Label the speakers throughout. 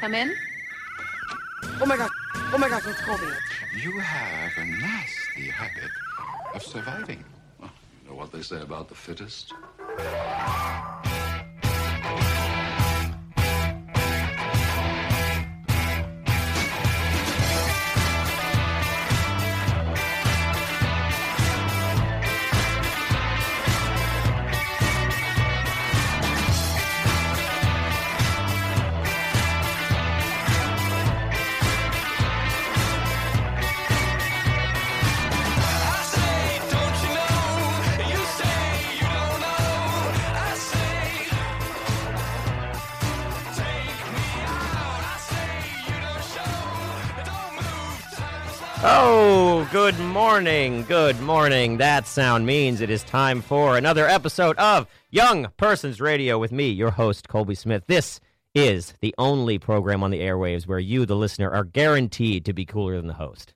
Speaker 1: Come in.
Speaker 2: Oh my god. Oh my god, it's Colby.
Speaker 3: You have a nasty habit of surviving. Well, you know what they say about the fittest?
Speaker 4: Oh, good morning. Good morning. That sound means it is time for another episode of Young Persons Radio with me, your host, Colby Smith. This is the only program on the airwaves where you, the listener, are guaranteed to be cooler than the host.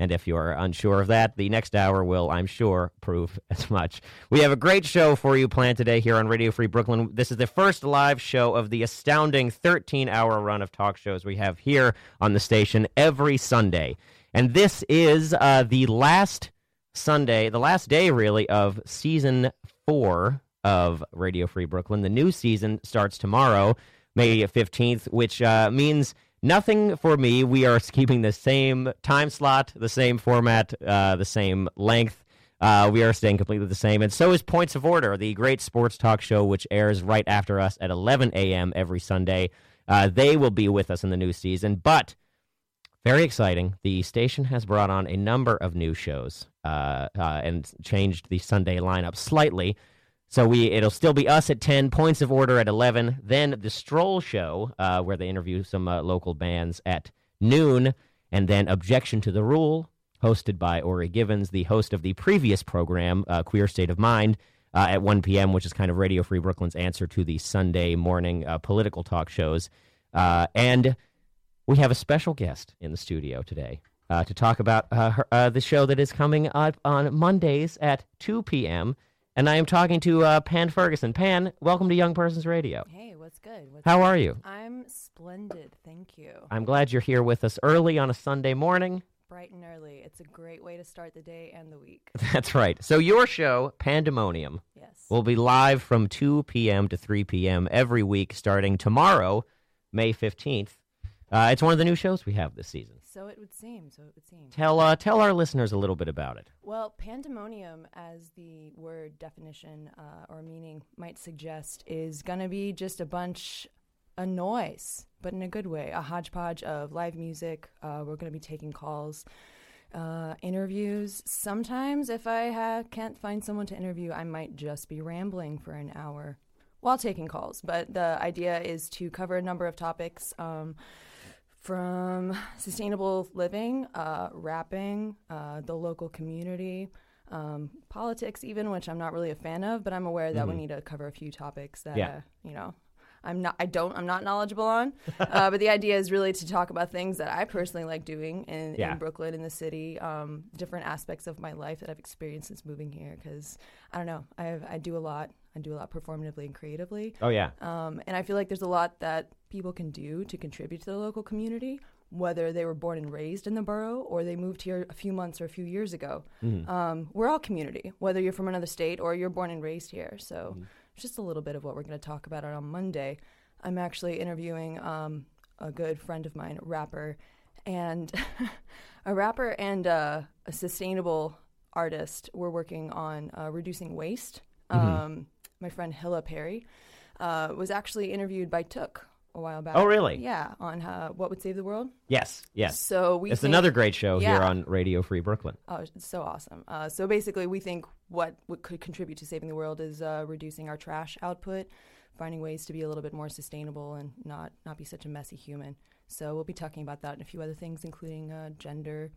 Speaker 4: And if you are unsure of that, the next hour will, I'm sure, prove as much. We have a great show for you planned today here on Radio Free Brooklyn. This is the first live show of the astounding 13 hour run of talk shows we have here on the station every Sunday. And this is uh, the last Sunday, the last day, really, of season four of Radio Free Brooklyn. The new season starts tomorrow, May 15th, which uh, means nothing for me. We are keeping the same time slot, the same format, uh, the same length. Uh, we are staying completely the same. And so is Points of Order, the great sports talk show, which airs right after us at 11 a.m. every Sunday. Uh, they will be with us in the new season, but very exciting. The station has brought on a number of new shows uh, uh, and changed the Sunday lineup slightly. So we it'll still be us at ten, points of order at eleven, then the Stroll Show uh, where they interview some uh, local bands at noon, and then Objection to the Rule, hosted by Ori Givens, the host of the previous program uh, Queer State of Mind, uh, at one p.m., which is kind of Radio Free Brooklyn's answer to the Sunday morning uh, political talk shows, uh, and we have a special guest in the studio today uh, to talk about uh, her, uh, the show that is coming up on Mondays at 2 p.m. And I am talking to uh, Pan Ferguson. Pan, welcome to Young Persons Radio.
Speaker 5: Hey, what's good? What's
Speaker 4: How are you?
Speaker 5: I'm splendid, thank you.
Speaker 4: I'm glad you're here with us early on a Sunday morning.
Speaker 5: Bright and early. It's a great way to start the day and the week.
Speaker 4: That's right. So, your show, Pandemonium,
Speaker 5: Yes.
Speaker 4: will be live from 2 p.m. to 3 p.m. every week starting tomorrow, May 15th. Uh, it's one of the new shows we have this season.
Speaker 5: So it would seem. So it would seem.
Speaker 4: Tell, uh, tell our listeners a little bit about it.
Speaker 5: Well, pandemonium, as the word definition uh, or meaning might suggest, is going to be just a bunch of noise, but in a good way. A hodgepodge of live music. Uh, we're going to be taking calls, uh, interviews. Sometimes, if I ha- can't find someone to interview, I might just be rambling for an hour while taking calls. But the idea is to cover a number of topics. Um, from sustainable living, uh, rapping, uh, the local community, um, politics, even which I'm not really a fan of, but I'm aware that we need to cover a few topics that
Speaker 4: Yeah.
Speaker 5: uh, you know I'm not I don't I'm not knowledgeable on. uh, but the idea is really to talk about things that I personally like doing in,
Speaker 4: Yeah.
Speaker 5: in Brooklyn, in the city, um, different aspects of my life that I've experienced since moving here. Because I don't know, I have, I do a lot. I do a lot performatively and creatively.
Speaker 4: Oh, yeah.
Speaker 5: Um, and I feel like there's a lot that people can do to contribute to their local community, whether they were born and raised in the borough or they moved here a few months or a few years ago. Um, we're all community, whether you're from another state or you're born and raised here. So, it's just a little bit of what we're going to talk about on Monday. I'm actually interviewing um, a good friend of mine, a rapper, and a rapper and uh, a sustainable artist. We're working on uh, reducing waste. Um, my friend Hilla Perry uh, was actually interviewed by Took a while back.
Speaker 4: Oh, really?
Speaker 5: Yeah, on uh, What Would Save the World.
Speaker 4: Yes, yes.
Speaker 5: So we
Speaker 4: it's
Speaker 5: think-
Speaker 4: another great show here
Speaker 5: Yeah.
Speaker 4: on Radio Free Brooklyn.
Speaker 5: Oh, it's so awesome. Uh, so basically, we think what, what could contribute to saving the world is uh, reducing our trash output, finding ways to be a little bit more sustainable and not, not be such a messy human. So we'll be talking about that and a few other things, including uh, gender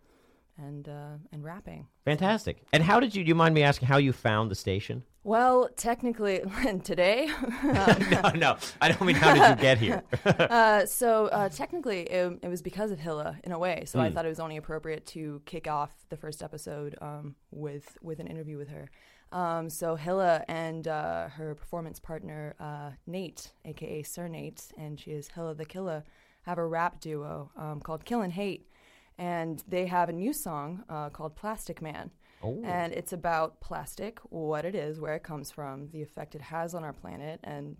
Speaker 5: and, uh, and rapping.
Speaker 4: Fantastic. And how did you? Do you mind me asking how you found the station?
Speaker 5: Well, technically, today,
Speaker 4: no, no, I don't mean how did you get here.
Speaker 5: Uh, so uh, technically, it, it was because of Hilla in a way. So I thought it was only appropriate to kick off the first episode um, with with an interview with her. Um, so Hilla and uh, her performance partner uh, Nate, aka Sir Nate, and she is Hilla the Killer. have a rap duo um, called Kill and Hate, and they have a new song uh, called Plastic Man.
Speaker 4: Oh.
Speaker 5: And it's about plastic, what it is, where it comes from, the effect it has on our planet, and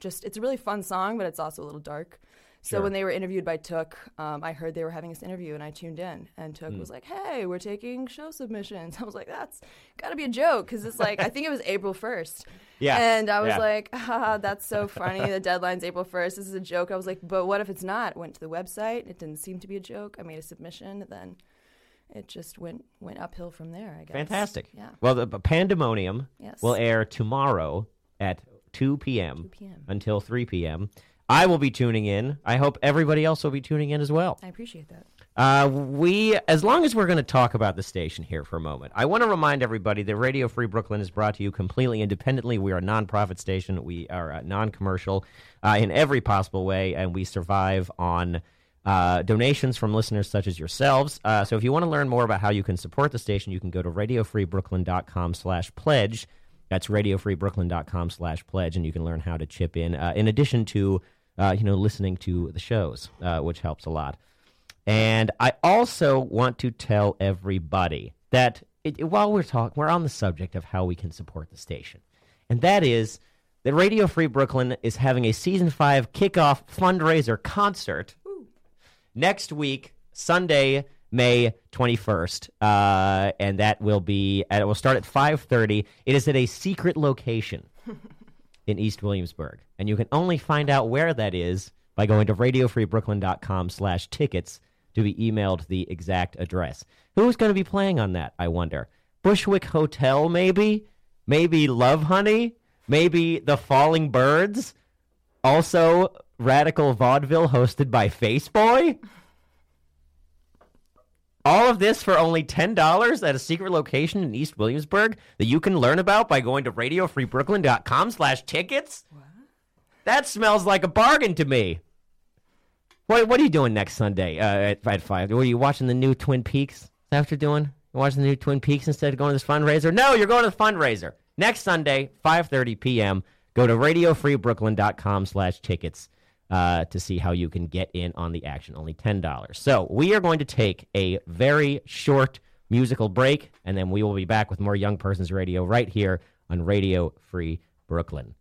Speaker 5: just it's a really fun song, but it's also a little dark. So
Speaker 4: Sure.
Speaker 5: when they were interviewed by Took, um, I heard they were having this interview, and I tuned in. And Took
Speaker 4: Hmm.
Speaker 5: was like, "Hey, we're taking show submissions." I was like, "That's got to be a joke," because it's like I think it was April first.
Speaker 4: Yeah,
Speaker 5: And I was
Speaker 4: yeah.
Speaker 5: like, ah, that's so funny. the deadline's April 1st. This is a joke. I was like, but what if it's not? Went to the website. It didn't seem to be a joke. I made a submission. Then it just went went uphill from there, I guess.
Speaker 4: Fantastic.
Speaker 5: Yeah.
Speaker 4: Well, the the Pandemonium
Speaker 5: Yes.
Speaker 4: will air tomorrow at 2 p.m.
Speaker 5: 2 p.m..
Speaker 4: until 3 p.m. I will be tuning in. I hope everybody else will be tuning in as well.
Speaker 5: I appreciate that.
Speaker 4: Uh, we, as long as we're going to talk about the station here for a moment, I want to remind everybody that Radio Free Brooklyn is brought to you completely independently. We are a nonprofit station. We are uh, non-commercial uh, in every possible way, and we survive on uh, donations from listeners such as yourselves. Uh, so, if you want to learn more about how you can support the station, you can go to radiofreebrooklyn.com/pledge. That's radiofreebrooklyn.com slash pledge, and you can learn how to chip in, uh, in addition to, uh, you know, listening to the shows, uh, which helps a lot. And I also want to tell everybody that it, it- while we're talking, we're on the subject of how we can support the station. And that is that Radio Free Brooklyn is having a season five kickoff fundraiser concert next week, Sunday, May 21st, uh, and that will be and it will start at 5:30. It is at a secret location in East Williamsburg, and you can only find out where that is by going to radiofreebrooklyn.com/tickets to be emailed the exact address. Who's going to be playing on that? I wonder. Bushwick Hotel, maybe, maybe Love Honey, maybe The Falling Birds also radical vaudeville hosted by Faceboy. All of this for only $10 at a secret location in East Williamsburg that you can learn about by going to radiofreebrooklyn.com slash tickets? That smells like a bargain to me. What, what are you doing next Sunday uh, at, at 5? Were you watching the new Twin Peaks? Is that what you're doing? You're watching the new Twin Peaks instead of going to this fundraiser? No, you're going to the fundraiser. Next Sunday, 5.30 p.m., go to radiofreebrooklyn.com slash tickets uh, to see how you can get in on the action. Only $10. So we are going to take a very short musical break, and then we will be back with more Young Persons Radio right here on Radio Free Brooklyn.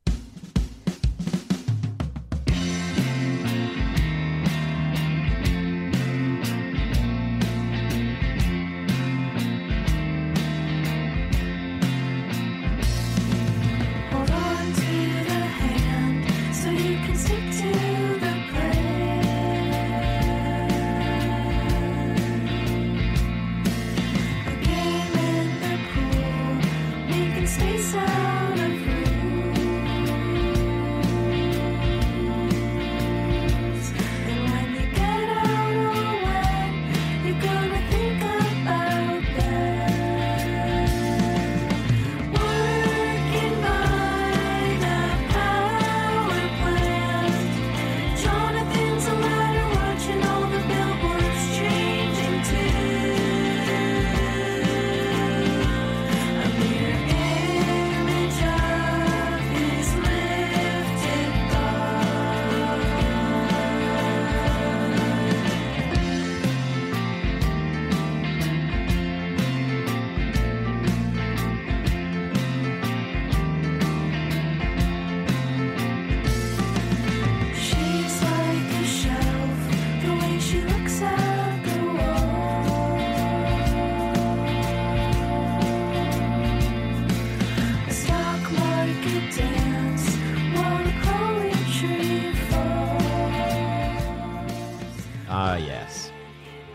Speaker 1: Hold on to the hand so you can stick to the plan. A game in the pool, making space out of rules. And when you get out or when you're gonna think about that. Working by the power plant. Jonathan's a ladder watching all the billboards changing too. A mere image of his lifted bar. She's like a shelf, the way she looks at the wall. A stock market dance while the poetry falls.
Speaker 4: Ah, yes.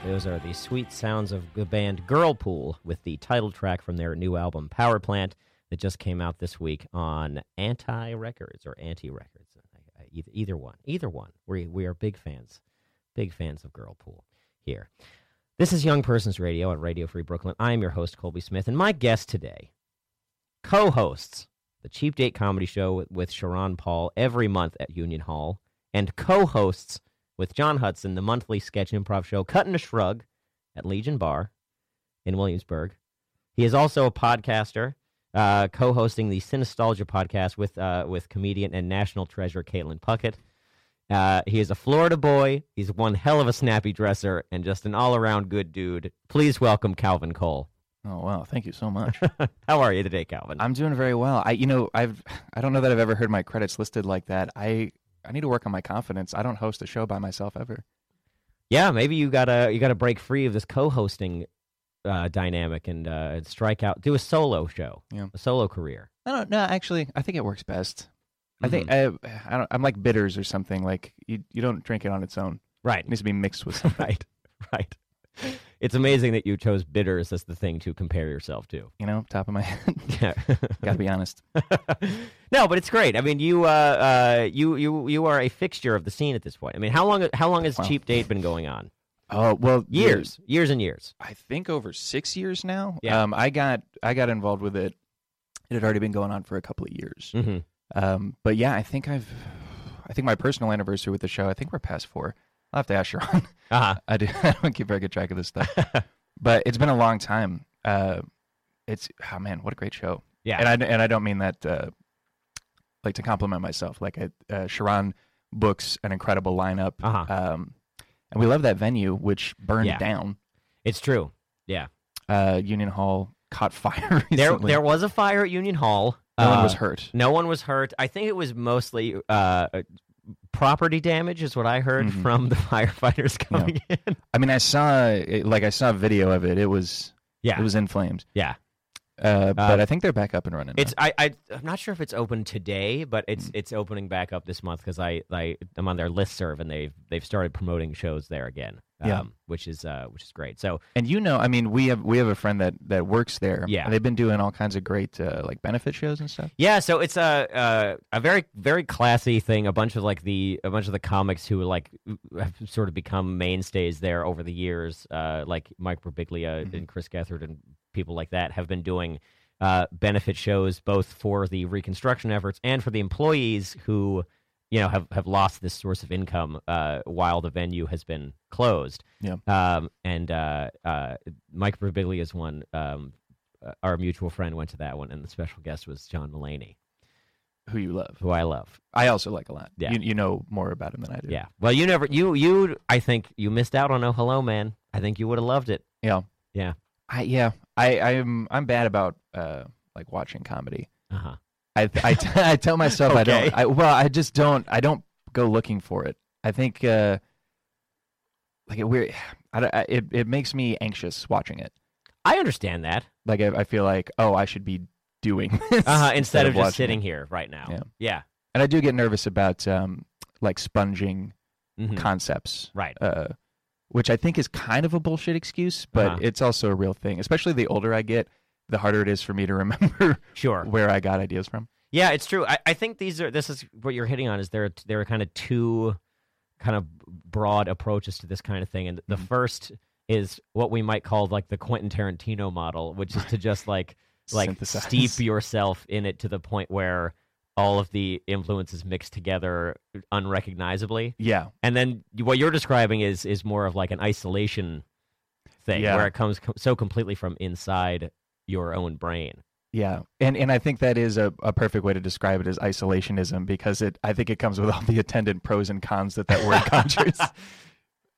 Speaker 4: Those are the sweet sounds of the band Girlpool with the title track from their new album Power Plant that just came out this week on Anti Records or Anti Records. I- I- Either, either one. Either one. We, we are big fans. Big fans of Girlpool here. This is Young Persons Radio at Radio Free Brooklyn. I am your host, Colby Smith, and my guest today co hosts the Cheap Date Comedy Show with, with Sharon Paul every month at Union Hall and co hosts with John Hudson the monthly sketch improv show Cut and a Shrug at Legion Bar in Williamsburg. He is also a podcaster, uh, co hosting the Synostalgia podcast with, uh, with comedian and national treasure Caitlin Puckett. Uh, he is a Florida boy. He's one hell of a snappy dresser and just an all around good dude. Please welcome Calvin Cole.
Speaker 6: Oh wow, thank you so much.
Speaker 4: How are you today, Calvin?
Speaker 6: I'm doing very well. I you know, I've I don't know that I've ever heard my credits listed like that. I I need to work on my confidence. I don't host a show by myself ever.
Speaker 4: yeah, maybe you gotta you gotta break free of this co-hosting uh, dynamic and uh, strike out. Do a solo show.
Speaker 6: Yeah.
Speaker 4: a solo career.
Speaker 6: I don't no, actually, I think it works best. I think I, I don't I'm like bitters or something like you you don't drink it on its own.
Speaker 4: Right.
Speaker 6: It needs to be mixed with something,
Speaker 4: right, right. It's amazing that you chose bitters as the thing to compare yourself to.
Speaker 6: you know, top of my head.
Speaker 4: Yeah.
Speaker 6: Got to be honest.
Speaker 4: no, but it's great. I mean, you, uh, uh, you, you, you are a fixture of the scene at this point. I mean, how long, how long has
Speaker 6: Wow.
Speaker 4: Cheap Date been going on?
Speaker 6: Oh, well, the-
Speaker 4: Years, years and years.
Speaker 6: I think over six years now.
Speaker 4: Yeah.
Speaker 6: Um, I got I got involved with it. It had already been going on for a couple of years.
Speaker 4: hmm
Speaker 6: Um, but yeah, I think I've I think my personal anniversary with the show. I think we're past four. I'll have to ask her on.
Speaker 4: Uh-huh.
Speaker 6: I do. I don't keep very good track of this stuff. but it's been a long time. Uh, it's oh man, what a great show.
Speaker 4: Yeah.
Speaker 6: And I and I don't mean that uh, like to compliment myself. Like I, uh, Sharon books an incredible lineup.
Speaker 4: Uh-huh.
Speaker 6: Um, and we love that venue, which burned
Speaker 4: Yeah.
Speaker 6: down.
Speaker 4: It's true. Yeah.
Speaker 6: uh, Union Hall caught fire recently.
Speaker 4: There, there was a fire at Union Hall.
Speaker 6: no one
Speaker 4: Uh,
Speaker 6: was hurt.
Speaker 4: No one was hurt. I think it was mostly uh, property damage, is what I heard
Speaker 6: Mhm.
Speaker 4: from the firefighters coming in.
Speaker 6: I mean, I saw it- like I saw a video of it. It was
Speaker 4: Yeah.
Speaker 6: it was in flames.
Speaker 4: yeah.
Speaker 6: Uh, but I think they're back up and running. now.
Speaker 4: It's I, I I'm not sure if it's open today, but
Speaker 6: Mm.
Speaker 4: it's it's opening back up this month because I, I I'm on their listserv and they've they've started promoting shows there again.
Speaker 6: Yeah.
Speaker 4: which is uh which is great. So
Speaker 6: and you know, I mean, we have we have a friend that that works there.
Speaker 4: Yeah.
Speaker 6: and they've been doing all kinds of great uh, like benefit shows and stuff.
Speaker 4: yeah, so it's a uh, a very very classy thing. A bunch of like the a bunch of the comics who like have sort of become mainstays there over the years, uh, like Mike Birbiglia and Chris Gethard and people like that have been doing uh, benefit shows both for the reconstruction efforts and for the employees who you know have, have lost this source of income uh, while the venue has been closed.
Speaker 6: Yeah.
Speaker 4: Um, and uh, uh, Mike Birbiglia's one, um, uh, our mutual friend went to that one, and the special guest was John Mullaney,
Speaker 6: Who you love?
Speaker 4: who I love.
Speaker 6: I also like a lot.
Speaker 4: Yeah.
Speaker 6: you, you know more about him than I do.
Speaker 4: Yeah. Well, you never you you I think you missed out on Oh Hello Man. I think you would have loved it.
Speaker 6: yeah,
Speaker 4: Yeah.
Speaker 6: I yeah, I I'm I'm bad about uh, like watching comedy.
Speaker 4: Uh huh.
Speaker 6: I I, t- I tell myself I
Speaker 4: Okay.
Speaker 6: don't. I, well, I just don't. I don't go looking for it. I think uh, like it weird. I, don't- I- it it makes me anxious watching it.
Speaker 4: I understand that.
Speaker 6: Like I, I feel like oh I should be doing this
Speaker 4: Uh huh. Instead, of, just
Speaker 6: watching
Speaker 4: sitting
Speaker 6: it.
Speaker 4: here right now.
Speaker 6: Yeah.
Speaker 4: Yeah.
Speaker 6: And I do get nervous about um like sponging
Speaker 4: Mhm.
Speaker 6: concepts,
Speaker 4: Right.
Speaker 6: uh, which I think is kind of a bullshit excuse, but
Speaker 4: Uh-huh.
Speaker 6: it's also a real thing. Especially the older I get, the harder it is for me to remember
Speaker 4: Sure.
Speaker 6: where I got ideas from.
Speaker 4: Yeah, it's true. I, I think these are this is what you're hitting on is there there are kind of two kind of broad approaches to this kind of thing, and the first is what we might call like the Quentin Tarantino model, which is to just like like
Speaker 6: Synthesize.
Speaker 4: steep yourself in it to the point where all of the influences mix together unrecognizably,
Speaker 6: Yeah,
Speaker 4: and then what you're describing is is more of like an isolation thing
Speaker 6: Yeah.
Speaker 4: where it comes com- so completely from inside your own brain.
Speaker 6: Yeah, and and I think that is a, a perfect way to describe it as isolationism because it I think it comes with all the attendant pros and cons that that word conjures.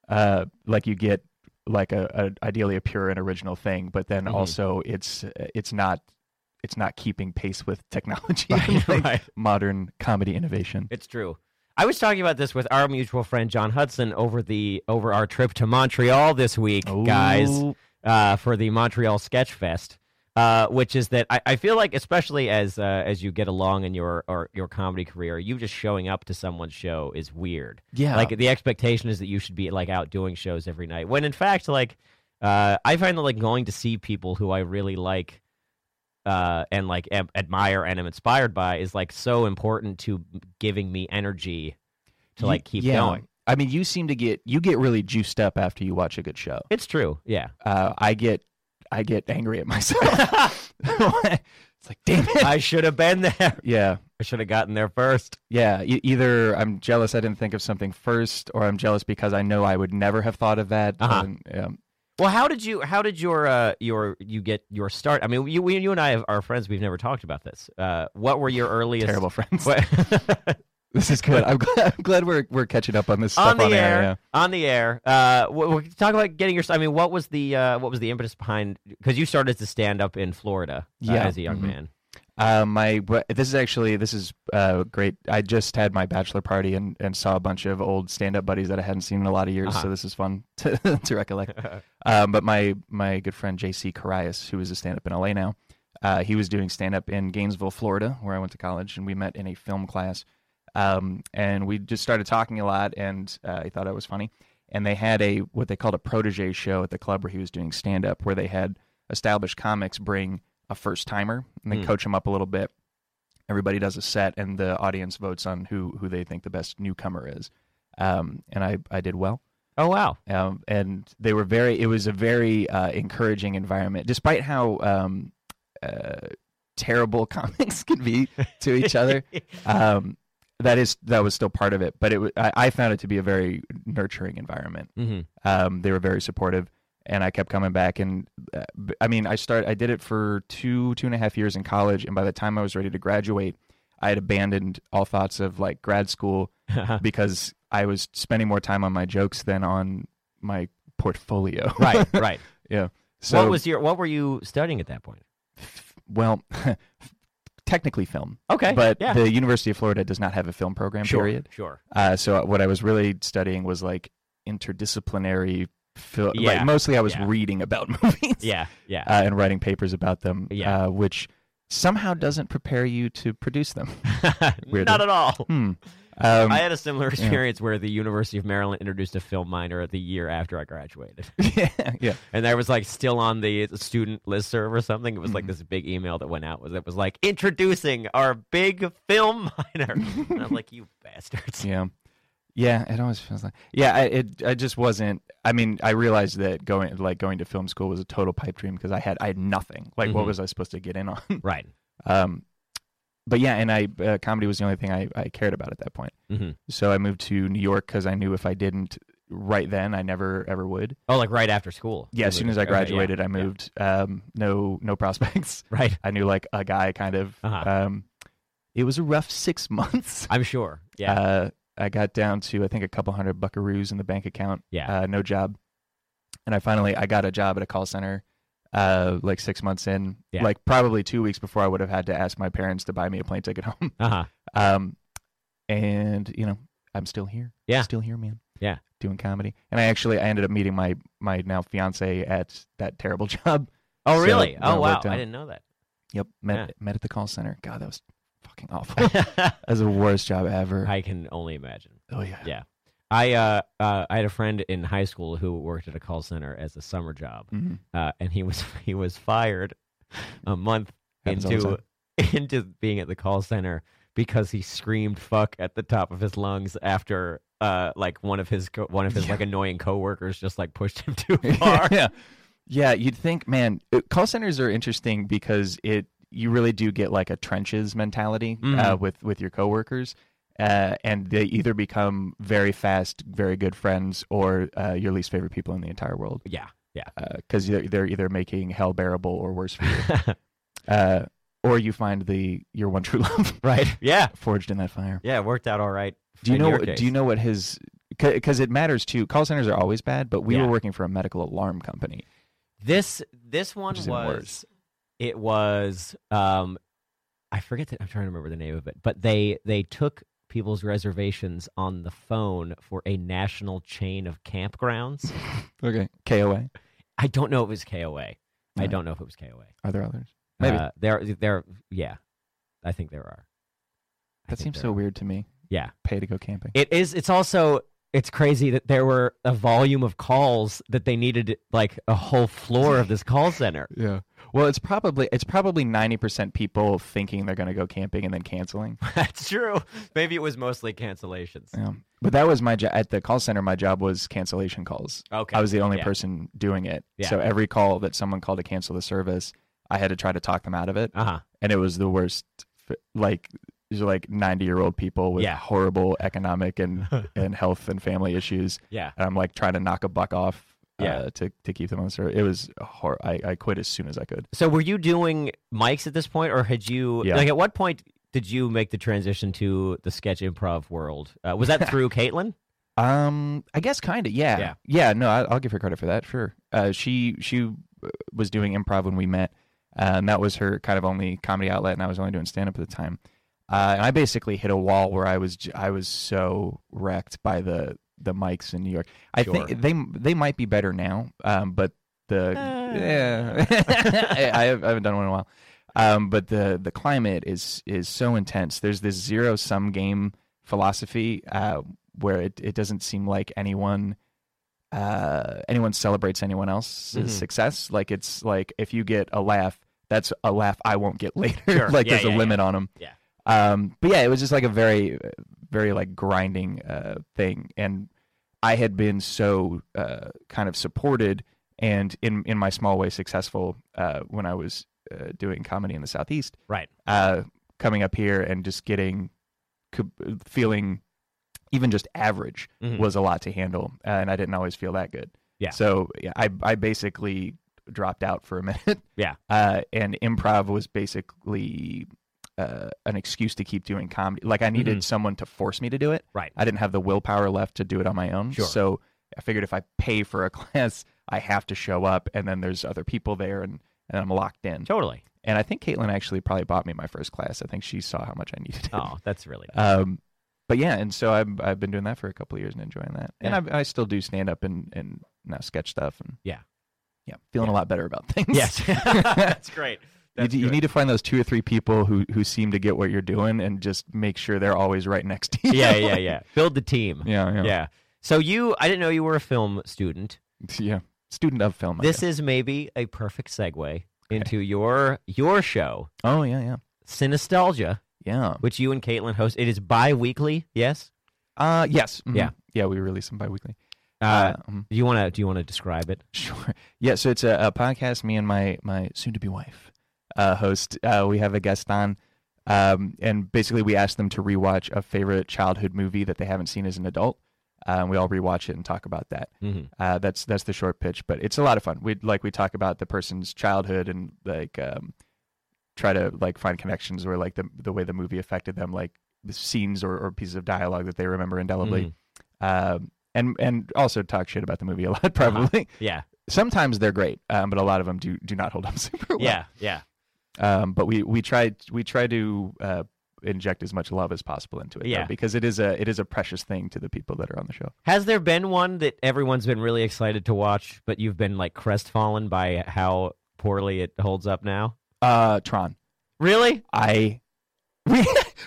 Speaker 6: uh, like you get like a, a ideally a pure and original thing, but then
Speaker 4: Mhm.
Speaker 6: also it's it's not it's not keeping pace with technology
Speaker 4: Right,
Speaker 6: and like
Speaker 4: right.
Speaker 6: modern comedy innovation.
Speaker 4: It's true. I was talking about this with our mutual friend John Hudson over the over our trip to Montreal this week, guys,
Speaker 6: Ooh.
Speaker 4: uh, for the Montreal Sketch Fest. Uh, which is that I, I feel like, especially as uh, as you get along in your or your comedy career, you just showing up to someone's show is weird.
Speaker 6: Yeah.
Speaker 4: Like the expectation is that you should be like out doing shows every night. When in fact, like uh, I find that like going to see people who I really like uh, and like am, admire and am inspired by is like so important to giving me energy to
Speaker 6: You-
Speaker 4: like keep
Speaker 6: yeah.
Speaker 4: going.
Speaker 6: I mean, you seem to get you get really juiced up after you watch a good show.
Speaker 4: It's true. Yeah.
Speaker 6: uh, I get I get angry at myself. it's like, damn it.
Speaker 4: I should have been there.
Speaker 6: yeah,
Speaker 4: I should have gotten there first.
Speaker 6: yeah. E- either I'm jealous I didn't think of something first, or I'm jealous because I know I would never have thought of that.
Speaker 4: Uh-huh.
Speaker 6: And, um,
Speaker 4: Well, how did you how did your uh, your you get your start? I mean, you we, you and I have, are friends. We've never talked about this. Uh, what were your earliest
Speaker 6: terrible friends.
Speaker 4: What,
Speaker 6: This is good. I'm glad, I'm glad we're we're catching up on this stuff
Speaker 4: on the air,
Speaker 6: yeah.
Speaker 4: on the air. Uh, we we can talk about getting your. I mean, what was the uh, what was the impetus behind? Because you started to stand up in Florida uh,
Speaker 6: Yeah.
Speaker 4: as a young
Speaker 6: Mhm.
Speaker 4: man.
Speaker 6: Uh, my wh- this is actually this is uh, great. I just had my bachelor party and, and saw a bunch of old stand up buddies that I hadn't seen in a lot of years.
Speaker 4: Uh-huh.
Speaker 6: So this is fun to, to recollect. um, but my my good friend J.C. Carias, who is a stand up in L.A. now, uh, he was doing stand up in Gainesville, Florida, where I went to college, and we met in a film class. Um, and we just started talking a lot, and uh, he thought I was funny. And they had a what they called a protege show at the club where he was doing stand up, where they had established comics bring a first timer and then
Speaker 4: Hmm.
Speaker 6: coach him up a little bit. Everybody does a set, and the audience votes on who who they think the best newcomer is. Um, and I I did well
Speaker 4: Oh wow!
Speaker 6: um, and they were very. It was a very uh, encouraging environment, despite how um, uh, terrible comics can be to each other. um, that is that was still part of it, but it wa- I, I found it to be a very nurturing environment.
Speaker 4: hmm
Speaker 6: Um, they were very supportive, and I kept coming back. And uh, b- I mean, I start. I did it for two two and a half years in college, and by the time I was ready to graduate, I had abandoned all thoughts of like grad school because I was spending more time on my jokes than on my portfolio.
Speaker 4: right, right.
Speaker 6: yeah. So
Speaker 4: what was your what were you studying at that point?
Speaker 6: well, technically film.
Speaker 4: Okay,
Speaker 6: But
Speaker 4: yeah.
Speaker 6: the University of Florida does not have a film program. Period.
Speaker 4: Sure.
Speaker 6: Uh, so what I was really studying was like interdisciplinary. Fil-
Speaker 4: Yeah,
Speaker 6: Like mostly, I was
Speaker 4: yeah.
Speaker 6: reading about movies.
Speaker 4: Yeah, yeah.
Speaker 6: Uh, and writing papers about them.
Speaker 4: Yeah.
Speaker 6: Uh, which somehow doesn't prepare you to produce them. weirdly.
Speaker 4: Not at all.
Speaker 6: hmm. Um,
Speaker 4: I had a similar experience where the University of Maryland introduced a film minor the year after I graduated.
Speaker 6: yeah. Yeah.
Speaker 4: and I was like still on the student listserv or something. It was
Speaker 6: Mm-hmm.
Speaker 4: like this big email that went out was that was like introducing our big film minor. and I'm like, you bastards.
Speaker 6: Yeah. Yeah, it always feels like yeah. I it I just wasn't. I mean, I realized that going like going to film school was a total pipe dream because I had I had nothing. Like,
Speaker 4: Mhm.
Speaker 6: what was I supposed to get in on?
Speaker 4: Right.
Speaker 6: Um, but yeah, and I uh, comedy was the only thing I, I cared about at that point.
Speaker 4: Mhm.
Speaker 6: So I moved to New York because I knew if I didn't right then, I never ever would.
Speaker 4: Oh, like right after school.
Speaker 6: Yeah, as
Speaker 4: You
Speaker 6: soon
Speaker 4: moved-
Speaker 6: as I
Speaker 4: okay, yeah,
Speaker 6: graduated,
Speaker 4: yeah.
Speaker 6: I moved. Um, no no prospects.
Speaker 4: Right.
Speaker 6: I knew like a guy kind of.
Speaker 4: Uh-huh.
Speaker 6: Um, it was a rough six months.
Speaker 4: I'm sure. Yeah.
Speaker 6: Uh, I got down to I think a couple hundred buckaroos in the bank account.
Speaker 4: Yeah.
Speaker 6: Uh, no job, and I finally I got a job at a call center. Uh, like six months in,
Speaker 4: Yeah.
Speaker 6: like probably two weeks before I would have had to ask my parents to buy me a plane ticket home.
Speaker 4: Uh huh.
Speaker 6: Um, and you know I'm still here.
Speaker 4: Yeah.
Speaker 6: still here, man.
Speaker 4: Yeah.
Speaker 6: doing comedy. And I actually I ended up meeting my my now fiance at that terrible job.
Speaker 4: Oh,
Speaker 6: So,
Speaker 4: really?
Speaker 6: yeah,
Speaker 4: oh,
Speaker 6: it
Speaker 4: wow.
Speaker 6: worked
Speaker 4: I
Speaker 6: out.
Speaker 4: didn't know that.
Speaker 6: Yep, met
Speaker 4: Yeah.
Speaker 6: met at the call center. God, that was fucking awful. that was the worst job ever.
Speaker 4: I can only imagine.
Speaker 6: oh yeah.
Speaker 4: Yeah. I uh, uh I had a friend in high school who worked at a call center as a summer job,
Speaker 6: Mhm.
Speaker 4: uh, and he was he was fired a month
Speaker 6: Happens all the
Speaker 4: into into being at the call center because he screamed "fuck" at the top of his lungs after uh like one of his co- one of his like annoying coworkers just like pushed him too far.
Speaker 6: yeah. Yeah, you'd think, man, uh, call centers are interesting because it you really do get like a trenches mentality uh,
Speaker 4: Mhm.
Speaker 6: with with your coworkers, uh, and they either become very fast, very good friends, or uh, your least favorite people in the entire world
Speaker 4: yeah, yeah.
Speaker 6: because they're, they're either making hell bearable or worse for you, uh, or you find the your one true love
Speaker 4: Right. Yeah.
Speaker 6: forged in that fire.
Speaker 4: Yeah, it worked out all right.
Speaker 6: Do you
Speaker 4: in
Speaker 6: know?
Speaker 4: your
Speaker 6: what-
Speaker 4: case.
Speaker 6: Do you know what his? Because it matters too. Call centers are always bad, but we
Speaker 4: Yeah.
Speaker 6: were working for a medical alarm company.
Speaker 4: This this one
Speaker 6: Which is
Speaker 4: was
Speaker 6: even worse.
Speaker 4: it was um I forget the, I'm trying to remember the name of it, but they they took people's reservations on the phone for a national chain of campgrounds.
Speaker 6: Okay, KOA.
Speaker 4: I don't know if it was KOA. I
Speaker 6: Right.
Speaker 4: don't know if it was KOA.
Speaker 6: Are there others? Maybe.
Speaker 4: Uh, there there yeah. I think there are. I
Speaker 6: that
Speaker 4: think
Speaker 6: seems
Speaker 4: there
Speaker 6: so
Speaker 4: are.
Speaker 6: weird to me.
Speaker 4: Yeah.
Speaker 6: Pay to go camping.
Speaker 4: It is it's also it's crazy that there were a volume of calls that they needed like a whole floor of this call center.
Speaker 6: yeah. Well, it's probably it's probably ninety percent people thinking they're going to go camping and then canceling.
Speaker 4: That's true. Maybe it was mostly cancellations.
Speaker 6: Yeah. But that was my job at the call center. My job was cancellation calls.
Speaker 4: Okay.
Speaker 6: I was the only
Speaker 4: Yeah.
Speaker 6: person doing it.
Speaker 4: Yeah.
Speaker 6: So every call that someone called to cancel the service, I had to try to talk them out of it,
Speaker 4: Uh huh.
Speaker 6: and it was the worst. f- Like these are like ninety year old people with
Speaker 4: Yeah.
Speaker 6: horrible economic and and health and family issues.
Speaker 4: Yeah.
Speaker 6: and I'm like trying to knock a buck off
Speaker 4: Yeah.
Speaker 6: uh, to to keep them on the server. It was hor- I I quit as soon as I could.
Speaker 4: So were you doing mics at this point, or had you
Speaker 6: Yeah.
Speaker 4: like at what point did you make the transition to the sketch improv world? Uh, was that through Caitlin?
Speaker 6: Um, I guess kind of. Yeah.
Speaker 4: Yeah.
Speaker 6: no, I, I'll give her credit for that. Sure. Uh, she she uh, was doing improv when we met, uh, and that was her kind of only comedy outlet, and I was only doing stand up at the time. Uh, and I basically hit a wall where I was j- I was so wrecked by the the mics in New York. I
Speaker 4: Sure.
Speaker 6: think they they might be better now, um, but the yeah, I, I have- I haven't done one in a while. Um, but the the climate is is so intense. There's this zero sum game philosophy uh, where it, it doesn't seem like anyone uh, anyone celebrates anyone else's
Speaker 4: Mhm.
Speaker 6: success. Like it's like if you get a laugh, that's a laugh I won't get later.
Speaker 4: Sure.
Speaker 6: like
Speaker 4: Yeah,
Speaker 6: there's a
Speaker 4: yeah,
Speaker 6: limit on 'em. on
Speaker 4: Yeah.
Speaker 6: them. Yeah. Um, but yeah, it was just like a very very like grinding uh, thing, and I had been so uh, kind of supported and in in my small way successful uh, when I was uh, doing comedy in the southeast.
Speaker 4: Right.
Speaker 6: Uh, coming up here and just getting co- feeling even just average
Speaker 4: Mhm.
Speaker 6: was a lot to handle, uh, and I didn't always feel that good.
Speaker 4: Yeah.
Speaker 6: So yeah, I I basically dropped out for a minute.
Speaker 4: Yeah.
Speaker 6: Uh, and improv was basically uh, an excuse to keep doing comedy. Like I needed someone to force me to do it.
Speaker 4: Mm-hmm. Right.
Speaker 6: I didn't have the willpower left to do it on my own.
Speaker 4: Sure.
Speaker 6: So I figured if I pay for a class, I have to show up, and then there's other people there, and and I'm locked in.
Speaker 4: Totally.
Speaker 6: And I think Caitlin actually probably bought me my first class. I think she saw how much I needed. it.
Speaker 4: Oh, that's really nice.
Speaker 6: Um, but yeah, and so I've I've been doing that for a couple of years and enjoying that,
Speaker 4: Yeah.
Speaker 6: and I, I still do stand up and and now sketch stuff and
Speaker 4: Yeah.
Speaker 6: yeah, feeling a lot better about things.
Speaker 4: yes. that's great.
Speaker 6: You,
Speaker 4: That's
Speaker 6: d- you
Speaker 4: good.
Speaker 6: need to find those two or three people who, who seem to get what you're doing and just make sure they're always right next to you.
Speaker 4: yeah, yeah, yeah. Build the team.
Speaker 6: yeah, yeah,
Speaker 4: yeah. So you, I didn't know you were a film student.
Speaker 6: Yeah. Student of film. I
Speaker 4: this
Speaker 6: guess.
Speaker 4: is maybe a perfect segue into your your show
Speaker 6: oh yeah, yeah,
Speaker 4: Synestalgia,
Speaker 6: yeah.
Speaker 4: which you and Caitlin host. It is bi-weekly, yes.
Speaker 6: Uh, yes, mhm.
Speaker 4: Yeah.
Speaker 6: yeah. We release them biweekly.
Speaker 4: Uh,
Speaker 6: mhm.
Speaker 4: do you want to do you want to describe it?
Speaker 6: Sure. Yeah. So it's a, a podcast. Me and my my soon to be wife uh, host. Uh, we have a guest on, um, and basically we ask them to rewatch a favorite childhood movie that they haven't seen as an adult. Uh, we all rewatch it and talk about that.
Speaker 4: Mhm.
Speaker 6: Uh, that's that's the short pitch, but it's a lot of fun. We like we talk about the person's childhood and like um, try to like find connections where like the the way the movie affected them, like the scenes or, or pieces of dialogue that they remember indelibly. Um, and and also talk shit about the movie a lot probably
Speaker 4: Yeah,
Speaker 6: sometimes they're great, um, but a lot of them do do not hold up super well.
Speaker 4: yeah, yeah.
Speaker 6: Um, but we we try we try to uh, inject as much love as possible into it. though,
Speaker 4: Yeah.
Speaker 6: because it is a it is a precious thing to the people that are on the show.
Speaker 4: Has there been one that everyone's been really excited to watch, but you've been like crestfallen by how poorly it holds up now?
Speaker 6: Uh, Tron,
Speaker 4: Really?
Speaker 6: I we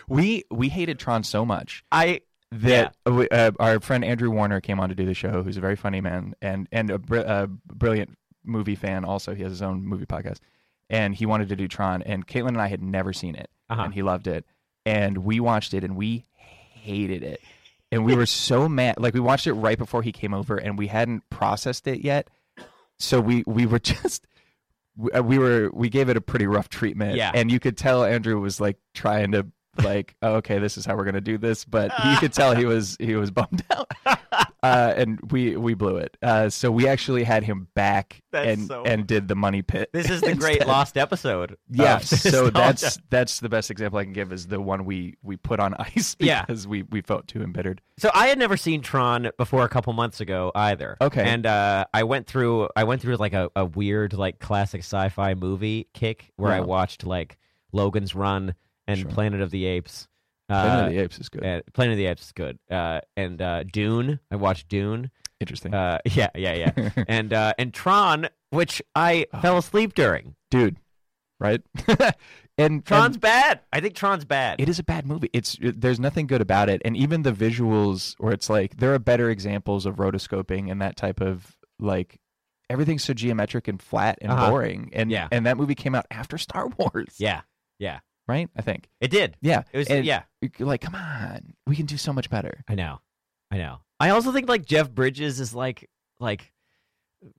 Speaker 6: we we hated Tron so much
Speaker 4: I
Speaker 6: that we, uh, our friend Andrew Warner came on to do the show, who's a very funny man and and a, br- a brilliant movie fan. Also, he has his own movie podcast, and he wanted to do Tron. And Caitlin and I had never seen it,
Speaker 4: Uh-huh.
Speaker 6: and he loved it. And we watched it, and we hated it, and we were so mad. Like we watched it right before he came over, and we hadn't processed it yet, so we we were just. we- uh, We were we gave it a pretty rough treatment,
Speaker 4: Yeah.
Speaker 6: and you could tell Andrew was like trying to like, oh, okay, this is how we're gonna do this, but you could tell he was he was bummed out uh, and we we blew it. Uh, so we actually had him back
Speaker 4: That's
Speaker 6: and
Speaker 4: so-
Speaker 6: and did the money pit.
Speaker 4: this is the great
Speaker 6: instead.
Speaker 4: lost episode. of
Speaker 6: Yeah, so
Speaker 4: Synestalgia.
Speaker 6: that's that's the best example I can give is the one we we put on ice
Speaker 4: Yeah.
Speaker 6: because we we felt too embittered.
Speaker 4: So I had never seen Tron before a couple months ago either.
Speaker 6: Okay.
Speaker 4: And uh, I went through I went through like a, a weird like classic sci-fi movie kick where I
Speaker 6: Yeah.
Speaker 4: watched like Logan's Run and
Speaker 6: Sure.
Speaker 4: Planet of the Apes.
Speaker 6: Planet of the Apes is good.
Speaker 4: uh, Planet of the Apes is good. Uh, and uh, Dune. I watched Dune.
Speaker 6: Interesting,
Speaker 4: Uh, yeah, yeah, yeah. and uh, and Tron, which I
Speaker 6: Oh.
Speaker 4: fell asleep during.
Speaker 6: dude. Right? and and
Speaker 4: Tron's bad. I think Tron's bad.
Speaker 6: it is a bad movie. It's it- there's nothing good about it, and even the visuals, where it's like there are better examples of rotoscoping and that type of like everything's so geometric and flat and
Speaker 4: Uh-huh.
Speaker 6: boring. And
Speaker 4: Yeah.
Speaker 6: and that movie came out after Star Wars.
Speaker 4: yeah,
Speaker 6: right? I think.
Speaker 4: it did.
Speaker 6: Yeah,
Speaker 4: It was
Speaker 6: and
Speaker 4: yeah.
Speaker 6: you're Like, come on, we can do so much better.
Speaker 4: I know. I know. I also think like Jeff Bridges is like like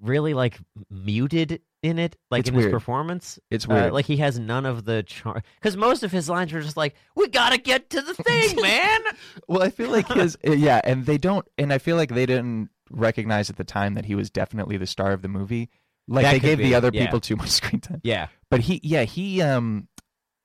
Speaker 4: really like muted in it, like
Speaker 6: It's
Speaker 4: in his
Speaker 6: weird.
Speaker 4: performance.
Speaker 6: It's
Speaker 4: Uh,
Speaker 6: weird.
Speaker 4: like he has none of the charm because most of his lines were just like, "We gotta get to the thing, man."
Speaker 6: well, I feel like his yeah, and they don't, and I feel like they didn't recognize at the time that he was definitely the star of the movie. Like
Speaker 4: That
Speaker 6: they
Speaker 4: could
Speaker 6: gave
Speaker 4: be,
Speaker 6: the other
Speaker 4: yeah.
Speaker 6: people too much screen time.
Speaker 4: yeah,
Speaker 6: But he, yeah, he, um,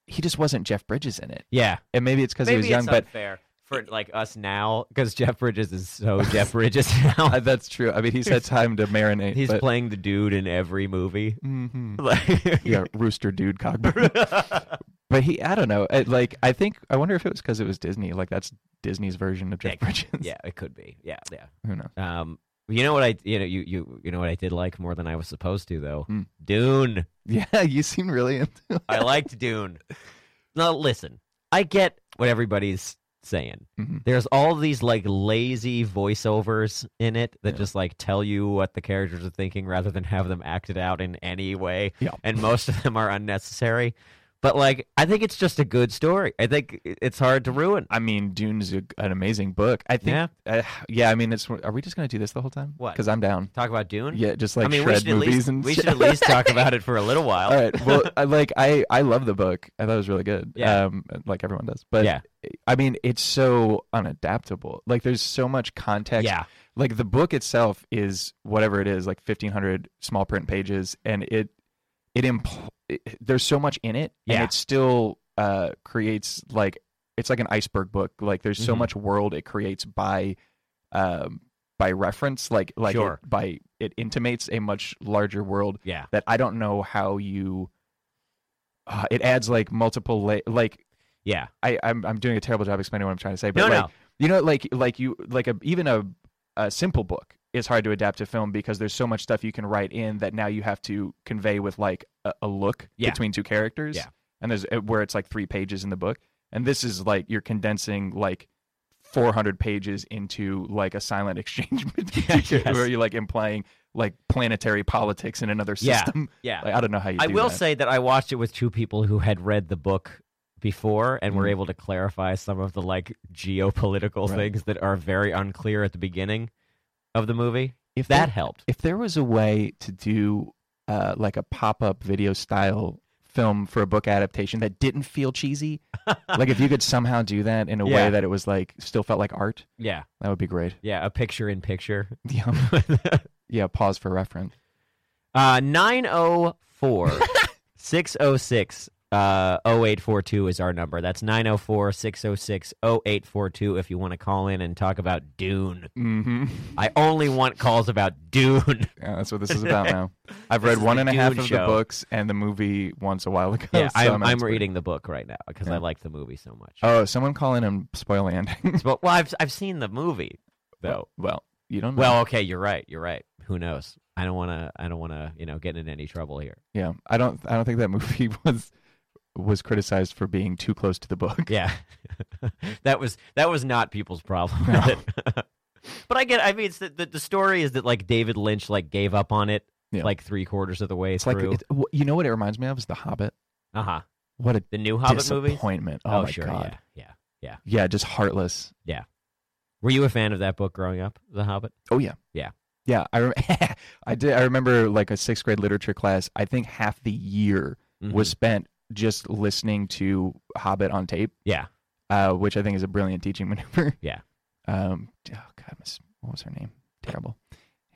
Speaker 6: he just wasn't Jeff Bridges in it.
Speaker 4: Yeah.
Speaker 6: And maybe it's because
Speaker 4: Maybe
Speaker 6: he was young,
Speaker 4: it's
Speaker 6: but
Speaker 4: unfair for like us now because Jeff Bridges is so Jeff Bridges now.
Speaker 6: uh, that's true. I mean, he's had time to marinate.
Speaker 4: He's
Speaker 6: but,
Speaker 4: playing the dude in every movie.
Speaker 6: Mhm.
Speaker 4: Like-
Speaker 6: yeah, Rooster Dude Cogburn. but he, I don't know. I, like, I think I wonder if it was because it was Disney. Like, that's Disney's version of Jeff
Speaker 4: Yeah,
Speaker 6: Bridges.
Speaker 4: yeah, it could be. Yeah, yeah.
Speaker 6: who knows?
Speaker 4: Um, you know what I? You know you you you know what I did like more than I was supposed to though.
Speaker 6: Hmm.
Speaker 4: Dune.
Speaker 6: Yeah, you seem really into. It.
Speaker 4: I liked Dune. Now listen, I get what everybody's saying.
Speaker 6: Mhm.
Speaker 4: There's all these like lazy voiceovers in it that
Speaker 6: Yeah.
Speaker 4: just like tell you what the characters are thinking rather than have them acted out in any way.
Speaker 6: Yeah.
Speaker 4: And most of them are unnecessary. But like, I think it's just a good story. I think i- it's hard to ruin.
Speaker 6: I mean, Dune's a, an amazing book. I think.
Speaker 4: Yeah.
Speaker 6: Uh, yeah, I mean, it's. Are we just gonna do this the whole time?
Speaker 4: What?
Speaker 6: Because I'm down.
Speaker 4: Talk about Dune.
Speaker 6: Yeah, just like
Speaker 4: I mean, we
Speaker 6: shred
Speaker 4: should at
Speaker 6: movies
Speaker 4: least
Speaker 6: and
Speaker 4: we
Speaker 6: shit.
Speaker 4: should at least talk about it for a little while.
Speaker 6: All right. Well, I, like I, I love the book. I thought it was really good.
Speaker 4: Yeah.
Speaker 6: Um, like everyone does. But
Speaker 4: Yeah.
Speaker 6: I mean, it's so unadaptable. Like there's so much context.
Speaker 4: Yeah.
Speaker 6: Like the book itself is whatever it is, like 1500 small print pages, and it, it, impl- it there's so much in it,
Speaker 4: Yeah.
Speaker 6: and it still uh creates like it's like an iceberg book. Like there's so
Speaker 4: Mhm.
Speaker 6: much world it creates by, um, by reference. Like like it-
Speaker 4: Sure.
Speaker 6: by it intimates a much larger world
Speaker 4: Yeah.
Speaker 6: that I don't know how you. Uh, it adds like multiple la- like
Speaker 4: Yeah.
Speaker 6: I I'm, I'm doing a terrible job explaining what I'm trying to say, but
Speaker 4: No,
Speaker 6: like
Speaker 4: no.
Speaker 6: you know like like you like a even a a simple book is hard to adapt to film because there's so much stuff you can write in that now you have to convey with like a, a look
Speaker 4: Yeah.
Speaker 6: between two characters.
Speaker 4: Yeah.
Speaker 6: And there's uh, where it's like three pages in the book, and this is like you're condensing like 400 pages into like a silent exchange between
Speaker 4: Yeah,
Speaker 6: two-
Speaker 4: yes.
Speaker 6: where you're like implying like planetary politics in another
Speaker 4: Yeah.
Speaker 6: system.
Speaker 4: Yeah.
Speaker 6: Like, I don't know how you.
Speaker 4: I
Speaker 6: do
Speaker 4: will
Speaker 6: that.
Speaker 4: say that I watched it with two people who had read the book before and were
Speaker 6: Mm.
Speaker 4: able to clarify some of the like geopolitical
Speaker 6: Right.
Speaker 4: things that are very unclear at the beginning of the movie.
Speaker 6: if
Speaker 4: That
Speaker 6: there,
Speaker 4: helped.
Speaker 6: if there was a way to do uh, like a pop up video style film for a book adaptation that didn't feel cheesy, like if you could somehow do that in a
Speaker 4: Yeah.
Speaker 6: way that it was like still felt like art,
Speaker 4: Yeah.
Speaker 6: that would be great.
Speaker 4: Yeah, a picture in picture.
Speaker 6: Yeah, yeah. Pause for reference.
Speaker 4: Uh 904 606 uh 0842 is our number. That's 904 606 0842 if you want to call in and talk about Dune.
Speaker 6: Mm-hmm.
Speaker 4: I only want calls about Dune.
Speaker 6: Yeah, that's what this is about now. I've
Speaker 4: This
Speaker 6: read
Speaker 4: is
Speaker 6: one
Speaker 4: the
Speaker 6: and a half
Speaker 4: Dune
Speaker 6: of
Speaker 4: show.
Speaker 6: the books and the movie once a while ago.
Speaker 4: Yeah,
Speaker 6: so
Speaker 4: I'm,
Speaker 6: an
Speaker 4: I'm
Speaker 6: expert.
Speaker 4: reading the book right now because I
Speaker 6: Yeah.
Speaker 4: like the movie so much.
Speaker 6: Oh, someone call in and spoil the ending.
Speaker 4: Well, well, I've I've seen the movie though.
Speaker 6: well, hmm. you don't. Know.
Speaker 4: Well, okay, you're right. You're right. Who knows? I don't want to. I don't want to. You know, get in any trouble here.
Speaker 6: yeah, I don't. I don't think that movie was was criticized for being too close to the book.
Speaker 4: Yeah, that was that was not people's problem.
Speaker 6: No.
Speaker 4: with it. but I get. I mean, it's the, the the story is that like David Lynch like gave up on it
Speaker 6: Yeah.
Speaker 4: like three quarters of the way
Speaker 6: It's like
Speaker 4: through.
Speaker 6: it's, w- you know what it reminds me of is The Hobbit.
Speaker 4: uh huh.
Speaker 6: What a
Speaker 4: The new Hobbit movie.
Speaker 6: disappointment! Oh, my
Speaker 4: sure.
Speaker 6: god!
Speaker 4: Yeah, yeah.
Speaker 6: Yeah. just heartless.
Speaker 4: Were you a fan of that book growing up, The Hobbit?
Speaker 6: Oh yeah,
Speaker 4: Yeah.
Speaker 6: yeah. I rem- I did. I remember like a sixth grade literature class. I think half the year
Speaker 4: Mhm.
Speaker 6: was spent just listening to Hobbit on tape,
Speaker 4: yeah.
Speaker 6: uh, which I think is a brilliant teaching maneuver.
Speaker 4: Yeah.
Speaker 6: Um. Oh god, Miss, what was her name? Terrible,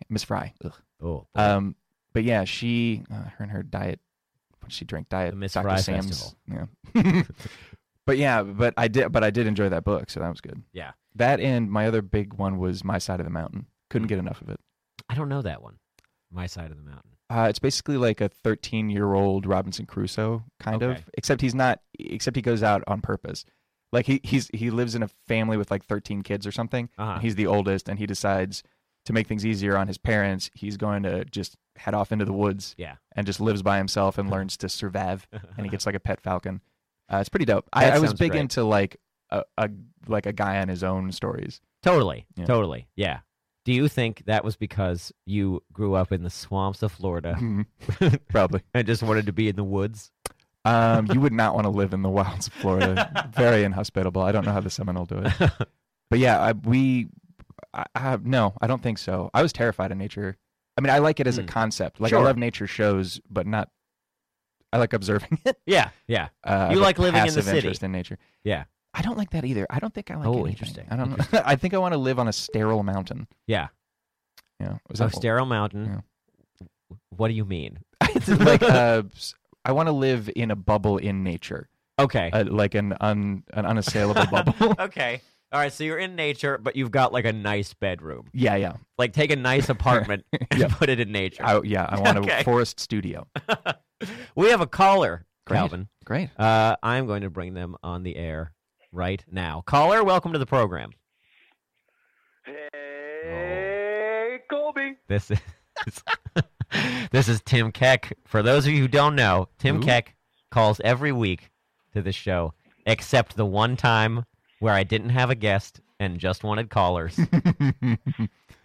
Speaker 6: Miss Fry. Ugh.
Speaker 4: Oh, boy.
Speaker 6: Um. But yeah, she, uh, her and her diet, what she drank diet,
Speaker 4: The Miss
Speaker 6: Dr.
Speaker 4: Fry
Speaker 6: Sam's. Yeah. but yeah, but I did, but I did enjoy that book, so that was good.
Speaker 4: Yeah.
Speaker 6: That and my other big one was My Side of the Mountain. Couldn't
Speaker 4: Mm-hmm.
Speaker 6: get enough of it.
Speaker 4: I don't know that one. My side of the mountain.
Speaker 6: Uh, it's basically like a 13 year old Robinson Crusoe kind
Speaker 4: Okay.
Speaker 6: of, except he's not, except he goes out on purpose. Like he he's he lives in a family with like 13 kids or something.
Speaker 4: Uh-huh.
Speaker 6: and He's the oldest, and he decides to make things easier on his parents. He's going to just head off into the woods
Speaker 4: Yeah. Uh-huh.
Speaker 6: and just lives by himself and learns to survive. And he gets like a pet falcon. Uh, it's pretty dope.
Speaker 4: That
Speaker 6: I, I was
Speaker 4: sounds
Speaker 6: big
Speaker 4: great.
Speaker 6: into like a, a like a guy on his own stories.
Speaker 4: Totally.
Speaker 6: Yeah.
Speaker 4: Totally. Yeah. Do you think that was because you grew up in the swamps of Florida
Speaker 6: Probably.
Speaker 4: and just wanted to be in the woods?
Speaker 6: Um, you would not want to live in the wilds of Florida. Very inhospitable. I don't know how the Seminole do it. But yeah, I, we. I, I, no, I don't think so. I was terrified of nature. I mean, I like it as a
Speaker 4: Hmm.
Speaker 6: concept. Like
Speaker 4: Sure.
Speaker 6: I love nature shows, but not. I like observing it.
Speaker 4: yeah. Yeah.
Speaker 6: Uh, I
Speaker 4: You
Speaker 6: have a
Speaker 4: like living in the
Speaker 6: passive
Speaker 4: city.
Speaker 6: Interest in nature.
Speaker 4: Yeah.
Speaker 6: I don't like that either. I don't think I like.
Speaker 4: Oh,
Speaker 6: anything.
Speaker 4: interesting,
Speaker 6: I don't. know. I think I want to live on a sterile mountain.
Speaker 4: Yeah. Oh,
Speaker 6: Yeah. Was
Speaker 4: So
Speaker 6: that
Speaker 4: sterile mountain. What do you mean?
Speaker 6: like? Uh, s- I want to live in a bubble in nature.
Speaker 4: Okay.
Speaker 6: uh, like an un, an unassailable bubble.
Speaker 4: okay. All right. So you're in nature, but you've got like a nice bedroom.
Speaker 6: yeah, yeah,
Speaker 4: Like take a nice apartment and put it in nature.
Speaker 6: I, yeah. I want
Speaker 4: Okay.
Speaker 6: a forest studio.
Speaker 4: we have a caller,
Speaker 6: Great.
Speaker 4: Calvin.
Speaker 6: Great.
Speaker 4: Uh, I'm going to bring them on the air right now. Caller, welcome to the program.
Speaker 7: Hey, Colby.
Speaker 4: This is this is Tim Keck. For those of you who don't know, Tim
Speaker 6: Who?
Speaker 4: Keck calls every week to the show, except the one time where I didn't have a guest and just wanted callers.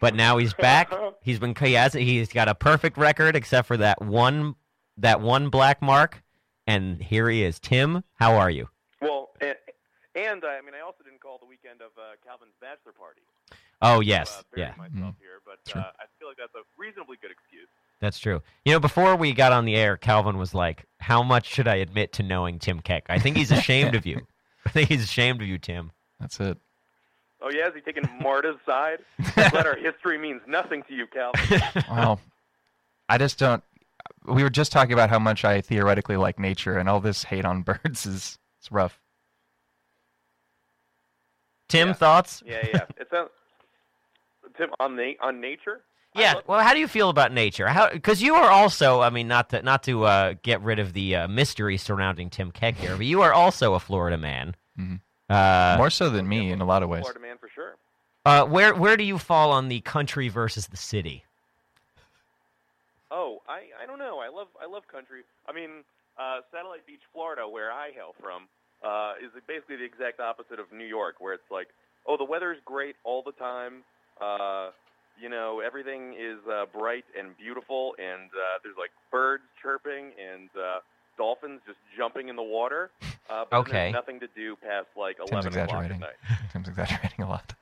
Speaker 4: but now he's back. He's been he has he's got a perfect record except for that one that one black mark. And here he is, Tim. How are you?
Speaker 7: Well, and, and I mean, I also didn't call the weekend of uh, Calvin's bachelor party.
Speaker 4: Oh
Speaker 7: So,
Speaker 4: yes,
Speaker 7: uh,
Speaker 4: yeah.
Speaker 7: burying myself here, but
Speaker 6: Mm-hmm. Sure.
Speaker 7: uh, I feel like that's a reasonably good excuse.
Speaker 4: That's true. You know, before we got on the air, Calvin was like, "How much should I admit to knowing Tim Keck? I think he's ashamed of you. I think he's ashamed of you, Tim."
Speaker 6: That's it.
Speaker 7: Oh yeah, is he taking Marta's side? I'm glad our history means nothing to you, Calvin.
Speaker 6: Well, I just don't. We were just talking about how much I theoretically like nature, and all this hate on birds is it's rough.
Speaker 4: Tim,
Speaker 7: Yeah.
Speaker 4: thoughts?
Speaker 7: yeah, yeah. It sounds Tim on na- on nature. I
Speaker 4: Yeah.
Speaker 7: love-
Speaker 4: Well, how do you feel about nature? How? Because you are also, I mean, not to not to uh, get rid of the uh, mystery surrounding Tim Keck here, but you are also a Florida man.
Speaker 7: Mm-hmm.
Speaker 6: Mhm.
Speaker 4: Uh,
Speaker 6: More so than me in a lot of ways.
Speaker 7: Florida man for sure.
Speaker 4: uh, where where do you fall on the country versus the city?
Speaker 7: Oh, I I don't know. I love I love country. I mean, uh, Satellite Beach, Florida, where I hail from, uh, is basically the exact opposite of New York, where it's like, oh, the weather's great all the time. Uh, you know, everything is uh, bright and beautiful, and uh, there's like birds chirping and uh, dolphins just jumping in the water. Uh, but then
Speaker 4: Okay.
Speaker 7: there's nothing to do past like
Speaker 6: Tim's
Speaker 7: 11 o'clock at
Speaker 6: exaggerating.
Speaker 7: night.
Speaker 6: Tim's exaggerating a lot.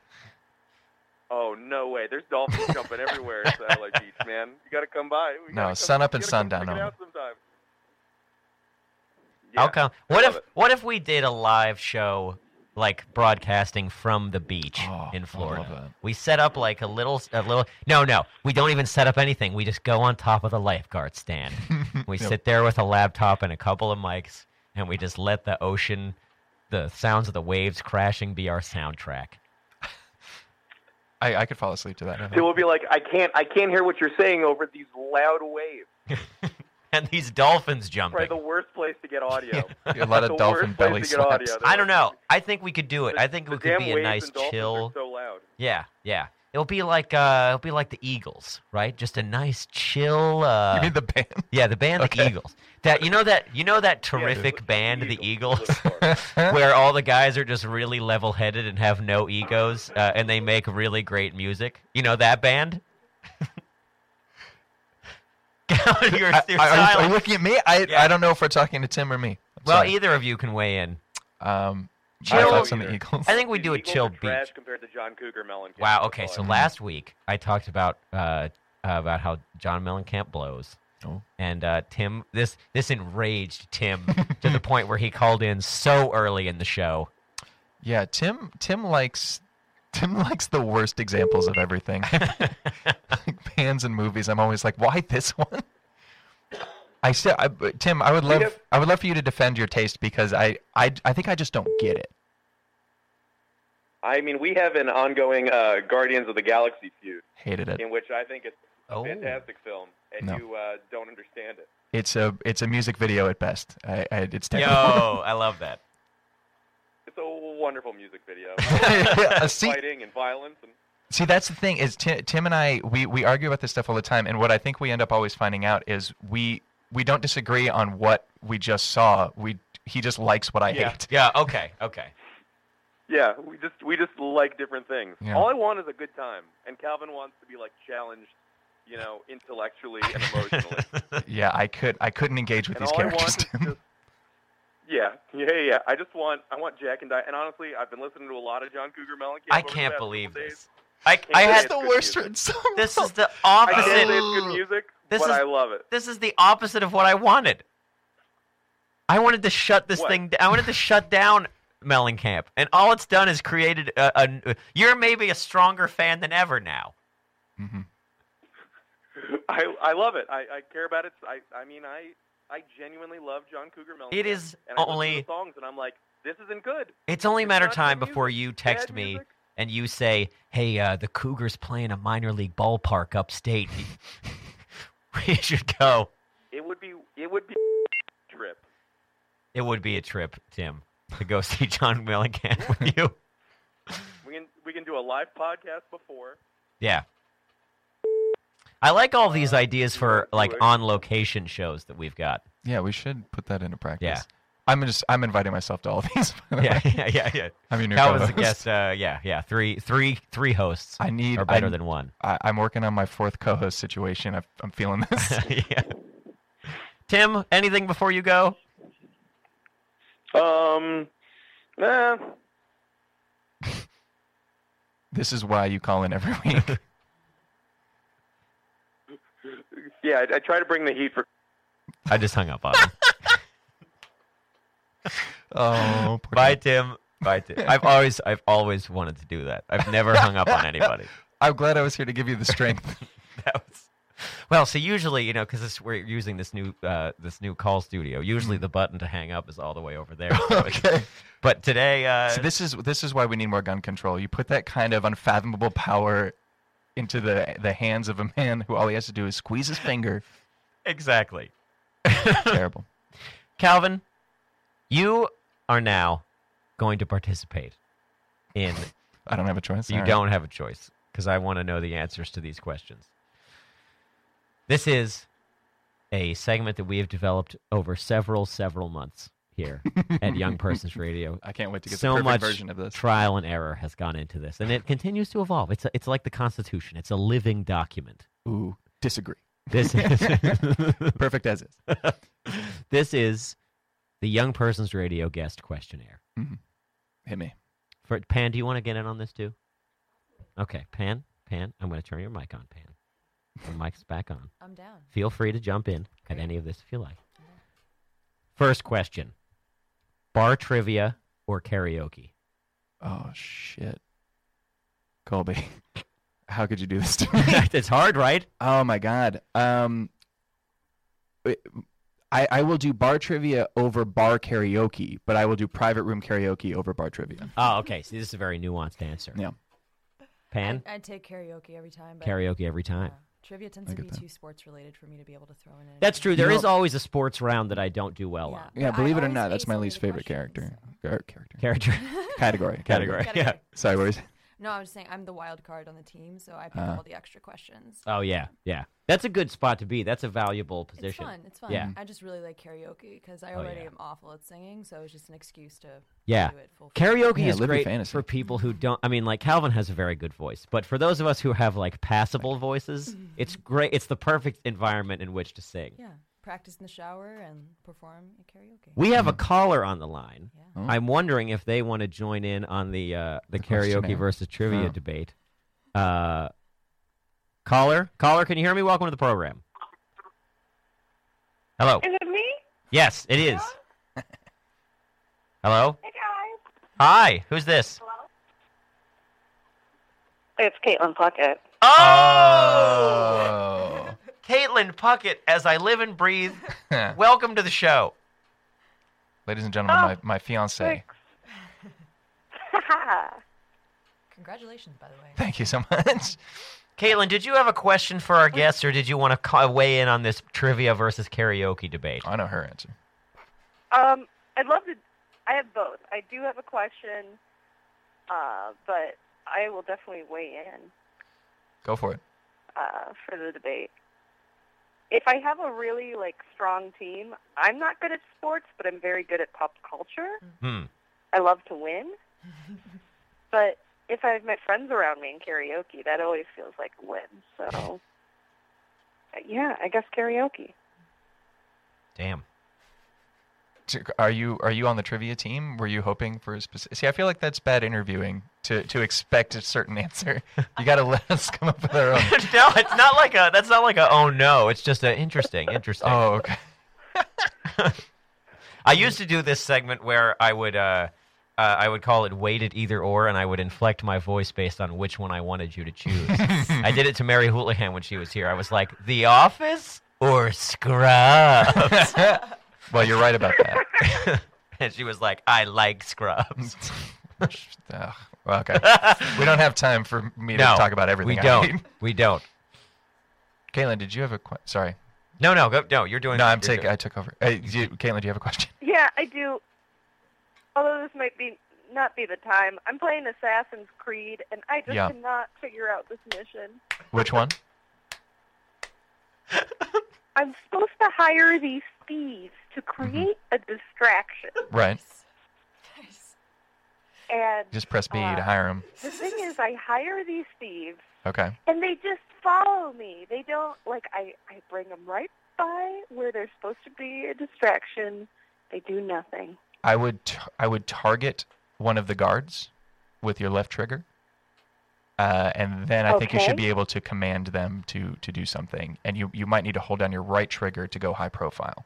Speaker 7: Oh no way! There's dolphins jumping everywhere at Satellite Beach, man. You gotta come by. We
Speaker 6: No,
Speaker 7: gotta come-
Speaker 6: sun up and
Speaker 7: you gotta come
Speaker 6: sundown
Speaker 7: check it
Speaker 6: only.
Speaker 7: out sometime. Yeah.
Speaker 4: I'll come. What if
Speaker 7: love it.
Speaker 4: what if we did a live show like broadcasting from the beach
Speaker 6: Oh, I
Speaker 4: in
Speaker 6: love that.
Speaker 4: Florida? We set up like a little a little No, no. We don't even set up anything. We just go on top of the lifeguard stand. we
Speaker 6: Yep.
Speaker 4: sit there with a laptop and a couple of mics and we just let the ocean the sounds of the waves crashing be our soundtrack.
Speaker 6: I, I could fall asleep to that. I think.
Speaker 7: It will be like I can't. I can't hear what you're saying over these loud waves.
Speaker 4: And these dolphins
Speaker 7: Probably
Speaker 4: jumping.
Speaker 7: the worst place to get audio.
Speaker 6: A lot
Speaker 7: the
Speaker 6: of dolphin
Speaker 7: worst place
Speaker 6: belly
Speaker 7: to get
Speaker 6: slaps.
Speaker 7: audio.
Speaker 4: I don't know. I think we could do it.
Speaker 7: The-
Speaker 4: I think
Speaker 7: the
Speaker 4: it could
Speaker 7: damn
Speaker 4: be a
Speaker 7: waves
Speaker 4: nice
Speaker 7: and dolphins
Speaker 4: chill
Speaker 7: Are so loud.
Speaker 4: Yeah, yeah. It'll be like uh, it'll be like the Eagles, right? Just a nice chill. Uh,
Speaker 6: You mean the band?
Speaker 4: yeah, the band, the
Speaker 6: Okay.
Speaker 4: Eagles. That you know that you know that
Speaker 7: Yeah, just
Speaker 4: terrific
Speaker 7: like
Speaker 4: band, the Eagles,
Speaker 7: Eagles.
Speaker 4: where all the guys are just really level-headed and have no egos, uh, and they make really great music. You know that band? Gavin, you're,
Speaker 6: I,
Speaker 4: you're
Speaker 6: I- are you- are you
Speaker 4: silent.
Speaker 6: looking at me? I,
Speaker 4: Yeah.
Speaker 6: I don't know if we're talking to Tim or me. I'm
Speaker 4: well,
Speaker 6: sorry.
Speaker 4: either of you can weigh in.
Speaker 6: Um,
Speaker 4: Chill.
Speaker 6: my thoughts on
Speaker 7: Either.
Speaker 6: the Eagles.
Speaker 4: I think we
Speaker 7: The
Speaker 4: do a
Speaker 7: Eagles
Speaker 4: chill
Speaker 7: are trash
Speaker 4: beach.
Speaker 7: compared to John Cougar Mellencamp.
Speaker 4: Wow.
Speaker 7: That's
Speaker 4: Okay.
Speaker 7: all I
Speaker 4: So
Speaker 7: know.
Speaker 4: last week I talked about uh, about how John Mellencamp blows.
Speaker 6: Oh.
Speaker 4: And uh, Tim, this this enraged Tim to the point where he called in so early in the show.
Speaker 6: Yeah, Tim. Tim likes. Tim likes the worst examples of everything. like bands and movies. I'm always like, why this one? I said, I, but Tim. I would love.
Speaker 7: have-
Speaker 6: I would love for you to defend your taste because I, I. I think I just don't get it.
Speaker 7: I mean, we have an ongoing uh, Guardians of the Galaxy feud,
Speaker 6: Hated it.
Speaker 7: in which I think it's a
Speaker 4: Oh.
Speaker 7: fantastic film, and
Speaker 6: No.
Speaker 7: you uh, don't understand it.
Speaker 6: It's a. It's a music video at best. I. I it's
Speaker 4: Yo,
Speaker 6: terrible.
Speaker 4: I love that.
Speaker 7: It's a wonderful music video.
Speaker 6: Yeah, see,
Speaker 7: Fighting and violence. And,
Speaker 6: see, that's the thing is Tim, Tim and I we, we argue about this stuff all the time, and what I think we end up always finding out is we we don't disagree on what we just saw. We he just likes what I
Speaker 7: Yeah.
Speaker 6: hate.
Speaker 4: Yeah. Okay. Okay.
Speaker 7: yeah, we just we just like different things.
Speaker 6: Yeah.
Speaker 7: All I want is a good time, and Calvin wants to be like challenged, you know, intellectually and emotionally.
Speaker 6: Yeah, I could I couldn't engage with
Speaker 7: and
Speaker 6: these
Speaker 7: all I want
Speaker 6: characters.
Speaker 7: is just. Yeah, yeah, yeah. I just want I want Jack and Diane. And honestly, I've been listening to a lot of John Cougar Mellencamp.
Speaker 4: I
Speaker 7: over the past
Speaker 4: can't
Speaker 7: couple
Speaker 4: believe
Speaker 7: days.
Speaker 4: this. I, I
Speaker 7: This
Speaker 6: That's
Speaker 7: is
Speaker 4: had
Speaker 6: the
Speaker 7: good
Speaker 6: worst
Speaker 7: music.
Speaker 6: written song.
Speaker 4: this is the
Speaker 7: I can't say
Speaker 4: opposite.
Speaker 7: it's good music,
Speaker 4: This
Speaker 7: but
Speaker 4: is-
Speaker 7: I love it.
Speaker 4: This is the opposite of what I wanted. I wanted to shut this
Speaker 7: What?
Speaker 4: thing. d- I wanted to shut down Mellencamp, and all it's done is created a, a. You're maybe a stronger fan than ever now.
Speaker 6: Mhm.
Speaker 7: I I love it. I, I care about it. I I mean I
Speaker 8: I genuinely love John Cougar Mellencamp.
Speaker 4: It is
Speaker 8: and I listen to
Speaker 4: only-
Speaker 8: the songs, and I'm like, this isn't good.
Speaker 4: It's only a
Speaker 8: It's
Speaker 4: matter of
Speaker 8: not
Speaker 4: time
Speaker 8: good
Speaker 4: before
Speaker 8: music.
Speaker 4: you text
Speaker 8: Bad
Speaker 4: me
Speaker 8: music.
Speaker 4: and you say, "Hey, uh, the Cougars playing a minor league ballpark upstate. we should go."
Speaker 8: It would be it would be trip.
Speaker 4: It would be a trip, Tim, to go see John Mellencamp with you.
Speaker 8: We can we can do a live podcast before.
Speaker 4: Yeah. I like all
Speaker 6: Uh,
Speaker 4: these ideas for
Speaker 8: do
Speaker 4: like
Speaker 8: it.
Speaker 4: on location shows that we've got.
Speaker 6: Yeah, we should put that into practice.
Speaker 4: Yeah.
Speaker 6: I'm just I'm inviting myself to all these. By the
Speaker 4: Yeah,
Speaker 6: way.
Speaker 4: yeah, yeah, yeah.
Speaker 6: I mean,
Speaker 4: That was the guess. Uh, yeah, yeah. Three, three, three hosts
Speaker 6: I need.
Speaker 4: are better
Speaker 6: I,
Speaker 4: than one.
Speaker 6: I, I'm working on my fourth co-host situation. I, I'm feeling this.
Speaker 4: yeah. Tim, anything before you go?
Speaker 8: Um, eh, nah,
Speaker 6: this is why you call in every week.
Speaker 8: yeah. I, I try to bring the heat for.
Speaker 4: I just hung up on him.
Speaker 6: oh, poor
Speaker 4: Bye,
Speaker 6: guy.
Speaker 4: Tim. Bye, Tim. I've always, I've always wanted to do that. I've never hung up on anybody.
Speaker 6: I'm glad I was here to give you the strength.
Speaker 4: That was, well, so usually, you know, because we're using this new, uh, this new call studio. Usually, the button to hang up is all the way over there. So it's-
Speaker 6: Mm. okay.
Speaker 4: But today, uh,
Speaker 6: So this is this is why we need more gun control. You put that kind of unfathomable power into the the hands of a man who all he has to do is squeeze his finger.
Speaker 4: exactly.
Speaker 6: Terrible.
Speaker 4: Calvin, you are now going to participate in.
Speaker 6: I don't have a choice.
Speaker 4: you
Speaker 6: All right.
Speaker 4: don't have a choice because I want to know the answers to these questions. This is a segment that we have developed over several, several months here at Young Persons Radio.
Speaker 6: I can't wait to get
Speaker 4: So
Speaker 6: the perfect
Speaker 4: much
Speaker 6: version of this.
Speaker 4: trial and error has gone into this, and it continues to evolve. It's a, it's like the Constitution; it's a living document.
Speaker 6: Ooh, disagree.
Speaker 4: This is
Speaker 6: Perfect as is.
Speaker 4: this is the Young Persons Radio guest questionnaire.
Speaker 6: Hit me.
Speaker 4: For Pan, do you want to get in on this too? Okay, Pan, Pan, I'm going to turn your mic on, Pan. Your mic's back on.
Speaker 5: I'm down.
Speaker 4: Feel free to jump in at any of this if you like. First question Bar trivia or karaoke?
Speaker 6: Oh shit, Colby, how could you do this to me?
Speaker 4: it's hard, right?
Speaker 6: Oh my god. Um, it- I I will do bar trivia over bar karaoke, but I will do private room karaoke over bar trivia.
Speaker 4: Oh, okay. See, this is a very nuanced answer.
Speaker 6: Yeah.
Speaker 4: Pan,
Speaker 5: I, would take karaoke every time. But
Speaker 4: karaoke every
Speaker 5: uh,
Speaker 4: time.
Speaker 5: trivia tends
Speaker 6: I
Speaker 5: to
Speaker 6: get
Speaker 5: be
Speaker 6: that.
Speaker 5: too sports related for me to be able to throw in.
Speaker 4: That's
Speaker 5: anything.
Speaker 4: true. There
Speaker 6: You
Speaker 4: is
Speaker 6: know-
Speaker 4: always a sports round that I don't do well on.
Speaker 6: Yeah,
Speaker 5: but I
Speaker 6: believe it or
Speaker 5: always
Speaker 6: not, that's
Speaker 5: ace
Speaker 6: my
Speaker 5: all the
Speaker 6: least favorite
Speaker 5: questions.
Speaker 6: character. Or character.
Speaker 4: Character
Speaker 6: Category.
Speaker 4: category. Yeah.
Speaker 5: Category.
Speaker 6: Sorry, what was
Speaker 5: No, I was saying I'm the wild card on the team, so I pick
Speaker 6: Ah.
Speaker 5: up all the extra questions.
Speaker 4: Oh, yeah. Yeah. That's a good spot to be. That's a valuable position.
Speaker 5: It's fun. It's fun.
Speaker 4: Yeah.
Speaker 6: Mm-hmm.
Speaker 5: I just really like karaoke because I
Speaker 4: Oh,
Speaker 5: already
Speaker 4: yeah.
Speaker 5: am awful at singing, so it's just an excuse to
Speaker 4: Yeah.
Speaker 5: do it full.
Speaker 4: Karaoke
Speaker 6: Yeah,
Speaker 4: is
Speaker 6: live your
Speaker 4: great
Speaker 6: fantasy.
Speaker 4: for people who don't. I mean, like Calvin has a very good voice, but for those of us who have like passable voices, it's great. It's the perfect environment in which to sing.
Speaker 5: Mm-hmm. Yeah, practice in the shower and perform at karaoke.
Speaker 4: We have a caller on the line.
Speaker 6: Mm-hmm. Oh.
Speaker 4: I'm wondering if they want to join in on the uh, the, karaoke
Speaker 6: questionnaire.
Speaker 4: versus trivia
Speaker 6: Oh.
Speaker 4: debate. Uh, caller, caller, can you hear me? Welcome to the program. Hello.
Speaker 7: Is it me?
Speaker 4: Yes, it is. Hello.
Speaker 7: Hey guys.
Speaker 4: Hi. Who's this?
Speaker 7: It's Caitlin Pluckett.
Speaker 6: Oh.
Speaker 4: Caitlin Puckett, as I live and breathe, welcome to the show.
Speaker 6: Ladies and gentlemen, my, my fiance.
Speaker 5: Congratulations, by the way.
Speaker 6: Thank you so much.
Speaker 4: Caitlin, did you have a question for our guests, or did you want to ca- weigh in on this trivia versus karaoke debate?
Speaker 6: I know her answer.
Speaker 7: um, I'd love to. I have both. I do have a question, uh, but I will definitely weigh in
Speaker 6: Go for it.
Speaker 7: uh, for the debate. If I have a really like strong team, I'm not good at sports, but I'm very good at pop culture.
Speaker 4: Hmm.
Speaker 7: I love to win. but if I have my friends around me in karaoke, that always feels like a win. So, yeah, I guess karaoke.
Speaker 4: Damn.
Speaker 6: To- Are you are you on the trivia team? Were you hoping for a specific? See, I feel like that's bad interviewing to to expect a certain answer. You got to let us come up with our own.
Speaker 4: no, it's not like a. That's not like a. Oh no, it's just a interesting, interesting.
Speaker 6: Oh, okay.
Speaker 4: I used to do this segment where I would, uh, uh, I would call it weighted either or, and I would inflect my voice based on which one I wanted you to choose. I did it to Mary Houlihan when she was here. I was like, The Office or scrubs.
Speaker 6: Well, you're right about that.
Speaker 4: and she was like, I like scrubs.
Speaker 6: Ugh, well, okay. We don't have time for me to
Speaker 4: no,
Speaker 6: talk about everything.
Speaker 4: We
Speaker 6: I
Speaker 4: don't.
Speaker 6: mean.
Speaker 4: We don't.
Speaker 6: Caitlin, did you have a question? Sorry.
Speaker 4: No, no, go, no. You're doing.
Speaker 6: No, I'm
Speaker 4: you're
Speaker 6: taking.
Speaker 4: doing-
Speaker 6: I took over. Hey, you, Caitlin, do you have a question?
Speaker 1: Yeah, I do. Although this might be not be the time, I'm playing Assassin's Creed, and I just
Speaker 6: Yeah.
Speaker 1: cannot figure out this mission.
Speaker 6: Which one?
Speaker 1: I'm supposed to hire these thieves to create a distraction,
Speaker 6: Right.
Speaker 1: and
Speaker 6: Just press B to
Speaker 1: Uh,
Speaker 6: hire him.
Speaker 1: the thing is, I hire these thieves,
Speaker 6: Okay.
Speaker 1: and they just follow me. They don't like I. I bring them right by where they're supposed to be a distraction. They do nothing.
Speaker 6: I would t- I would target one of the guards with your left trigger, uh, and then I think you should
Speaker 1: Okay.
Speaker 6: be able to command them to to do something. And you you might need to hold down your right trigger to go high profile.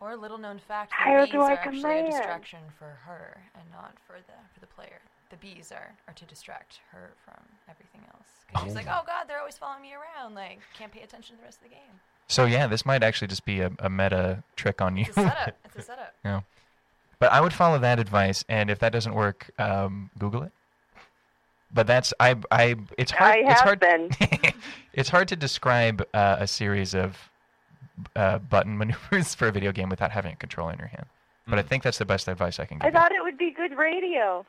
Speaker 5: Or a little known fact,
Speaker 1: How
Speaker 5: the
Speaker 1: do
Speaker 5: bees
Speaker 1: I
Speaker 5: are actually a
Speaker 1: command?
Speaker 5: distraction for her and not for the for the player. The bees are, are to distract her from everything else. Because she's like, oh god, they're always following me around. Like, can't pay attention to the rest of the game.
Speaker 6: So yeah, this might actually just be a, a meta trick on you.
Speaker 5: It's a setup. It's a setup.
Speaker 6: yeah. But I would follow that advice, and if that doesn't work, um, Google it. But that's I I it's hard
Speaker 1: I
Speaker 6: it's
Speaker 1: have
Speaker 6: hard
Speaker 1: been.
Speaker 6: it's hard to describe uh, a series of uh, button maneuvers for a video game without having a controller in your hand. But I think that's the best advice I can
Speaker 1: I
Speaker 6: give. you.
Speaker 1: thought it would be good radio.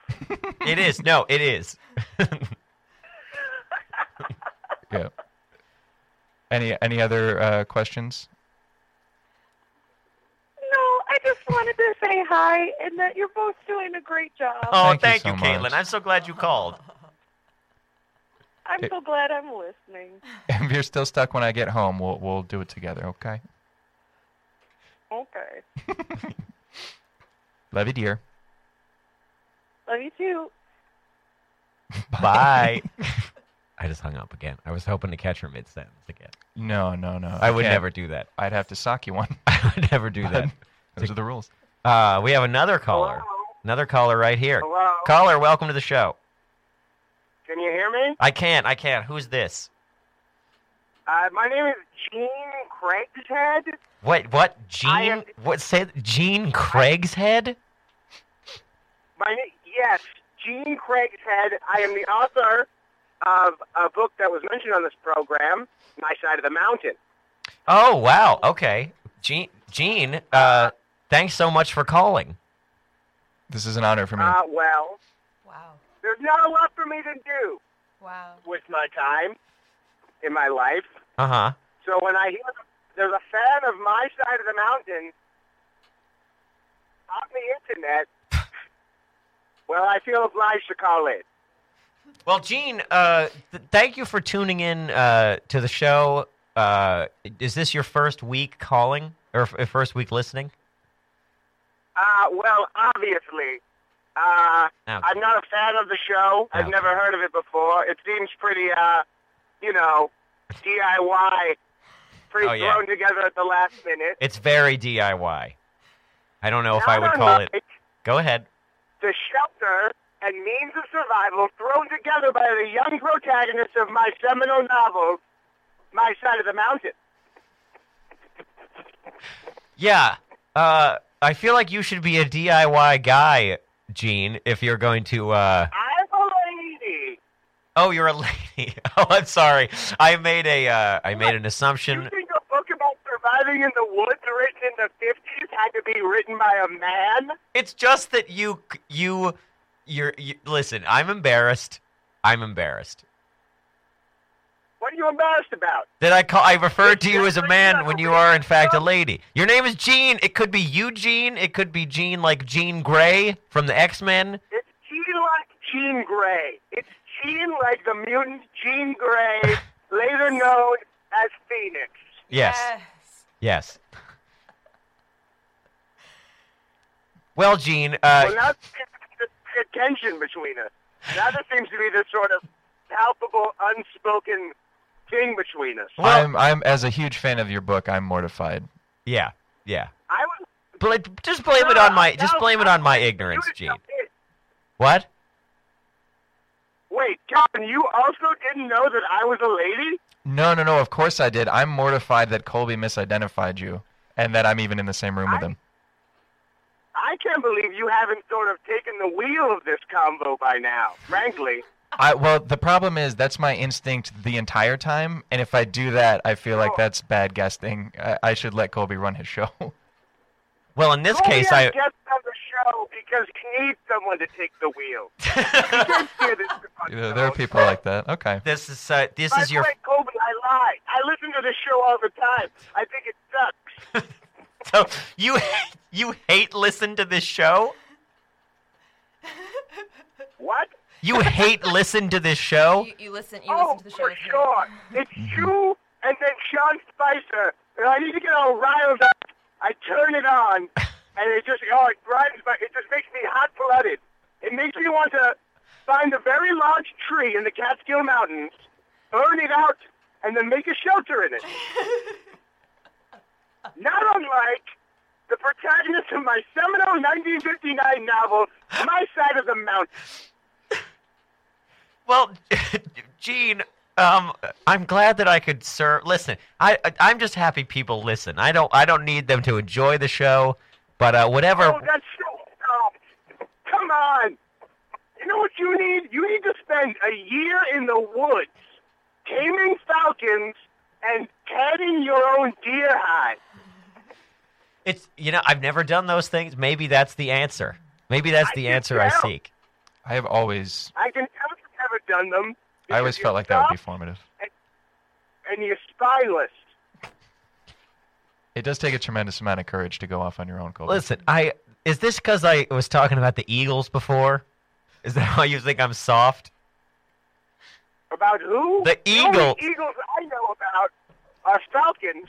Speaker 4: It is. No, it is.
Speaker 6: Yeah. Any any other uh, questions?
Speaker 1: No, I just wanted to say hi and that you're both doing a great job.
Speaker 4: Oh,
Speaker 6: Thank you
Speaker 4: thank,
Speaker 6: so
Speaker 4: you,
Speaker 6: much.
Speaker 4: Caitlin. I'm so glad you called.
Speaker 1: I'm so glad I'm listening.
Speaker 6: If you're still stuck when I get home, we'll we'll do it together. Okay.
Speaker 1: Okay.
Speaker 6: Love you, dear.
Speaker 1: Love you too.
Speaker 4: Bye. I just hung up again. I was hoping to catch her mid sentence again.
Speaker 6: No, no, no.
Speaker 4: I would
Speaker 6: can't.
Speaker 4: never do that.
Speaker 6: I'd have to sock you one.
Speaker 4: I would never do that.
Speaker 6: Those are the rules.
Speaker 4: Uh, we have another caller. Another caller right here.
Speaker 7: Hello.
Speaker 4: Caller, welcome to the show.
Speaker 7: Can you hear me?
Speaker 4: I can't. I can't. Who's this?
Speaker 7: Uh, my name is Gene Craigshead.
Speaker 4: What? What?
Speaker 7: I
Speaker 4: Gene?
Speaker 7: am-
Speaker 4: What? Say Gene Craig's head?
Speaker 7: My na- yes, Gene Craigshead. I am the author of a book that was mentioned on this program, My Side of the Mountain.
Speaker 4: Oh wow. Okay. Gene. Gene. Uh, thanks so much for calling.
Speaker 6: This is an honor for me.
Speaker 7: Uh, well,
Speaker 5: Wow.
Speaker 7: there's not a lot for me to do
Speaker 5: Wow.
Speaker 7: with my time in my life.
Speaker 4: Uh huh.
Speaker 7: So when I hear there's a fan of My Side of the Mountain on the internet, well, I feel obliged to call it.
Speaker 4: Well, Gene. Uh, th- thank you for tuning in uh, to the show. Uh, is this your first week calling or f- first week listening?
Speaker 7: Uh, well, obviously. Uh,
Speaker 4: Oh,
Speaker 7: I'm not a fan of the show. I've
Speaker 4: Okay.
Speaker 7: never heard of it before. It seems pretty, uh, you know, DIY, pretty
Speaker 4: Oh, yeah.
Speaker 7: thrown together at the last minute.
Speaker 4: It's very DIY. I don't know if
Speaker 7: Not
Speaker 4: I would call
Speaker 7: unlike
Speaker 4: it. Go ahead.
Speaker 7: The shelter and means of survival thrown together by the young protagonist of my seminal novel, My Side of the Mountain.
Speaker 4: Yeah. Uh, I feel like you should be a DIY guy, Gene, if you're going to. Uh...
Speaker 7: I'm a lady.
Speaker 4: Oh, you're a lady. Oh, I'm sorry. I made a. Uh, I made an
Speaker 7: You
Speaker 4: assumption.
Speaker 7: think a book about surviving in the woods written in the 50s had to be written by a man?
Speaker 4: It's just that you. c- You. You're. You, listen. I'm embarrassed. I'm embarrassed
Speaker 7: What are you embarrassed about?
Speaker 4: that I call. I referred to
Speaker 7: It's
Speaker 4: you as
Speaker 7: just
Speaker 4: a
Speaker 7: like
Speaker 4: man
Speaker 7: that,
Speaker 4: when you
Speaker 7: okay?
Speaker 4: are in fact a lady. Your name is Gene. It could be Eugene. It could be Gene, like Gene Grey from the X Men.
Speaker 7: It's Gene like Jean Grey. It's Gene like the mutant Jean Grey, later known as Phoenix.
Speaker 4: Yes.
Speaker 5: Eh.
Speaker 4: Yes. Well, Gene,
Speaker 7: Well,
Speaker 4: uh,
Speaker 7: now there's a tension between us. Now there seems to be this sort of palpable, unspoken thing between us.
Speaker 4: well-
Speaker 6: I'm I'm as a huge fan of your book. I'm mortified.
Speaker 4: yeah, yeah.
Speaker 7: I was
Speaker 4: Bla- just blame it on my, just blame it on my
Speaker 7: you
Speaker 4: ignorance,
Speaker 7: to
Speaker 4: Gene.
Speaker 7: jump in.
Speaker 4: What?
Speaker 7: Wait, Calvin, you also didn't know that I was a lady?
Speaker 6: No, no, no. Of course I did. I'm mortified that Colby misidentified you and that I'm even in the same room with him.
Speaker 7: I can't believe you haven't sort of taken the wheel of this combo by now, frankly.
Speaker 6: I well, the problem is that's my instinct the entire time, and if I do that, I feel
Speaker 7: Oh.
Speaker 6: like that's bad guesting. I, I should let Colby run his show.
Speaker 4: Well, in this case,
Speaker 7: Only
Speaker 4: I
Speaker 7: guest on the show because he needs someone to take the wheel. He can't steer this
Speaker 6: You know,
Speaker 7: Oh,
Speaker 6: there are people like that. Okay.
Speaker 4: this is uh, this
Speaker 7: By
Speaker 4: is
Speaker 7: the
Speaker 4: your
Speaker 7: way, Colby, I lied. I listen to this show all the time. I think it sucks.
Speaker 4: so you you hate listen to this show.
Speaker 7: What?
Speaker 4: You hate listen to this show.
Speaker 5: You, you listen. You
Speaker 7: Oh,
Speaker 5: listen to the show.
Speaker 7: for
Speaker 5: with me.
Speaker 7: sure. It's you and then Sean Spicer. And I need to get all riled up. I turn it on, and it just, oh, it grinds my, it just makes me hot-blooded. It makes me want to find a very large tree in the Catskill Mountains, burn it out, and then make a shelter in it. Not unlike the protagonist of my seminal 1959 novel, My Side of the Mountain.
Speaker 4: Well, Gene, um, I'm glad that I could serve. Listen, I I- I'm just happy people listen. I don't I don't need them to enjoy the show, but uh,
Speaker 7: Oh,
Speaker 4: whatever.
Speaker 7: that's so soft. Come on. You know what you need? You need to spend a year in the woods, taming falcons, and petting your own deer hide.
Speaker 4: It's you know I've never done those things. Maybe that's the answer. Maybe that's
Speaker 7: I
Speaker 4: the
Speaker 7: can
Speaker 4: answer I
Speaker 7: tell.
Speaker 4: seek.
Speaker 6: I have always,
Speaker 7: I can tell you've never done them.
Speaker 6: I always
Speaker 7: because
Speaker 6: felt
Speaker 7: you're
Speaker 6: like that would be
Speaker 7: soft
Speaker 6: formative.
Speaker 7: And you're spineless.
Speaker 6: It does take a tremendous amount of courage to go off on your own, Colby.
Speaker 4: Listen, I is this because I was talking about the Eagles before? Is that why you think I'm soft?
Speaker 7: About who?
Speaker 4: The
Speaker 7: only
Speaker 4: eagle.
Speaker 7: eagles I know about are falcons,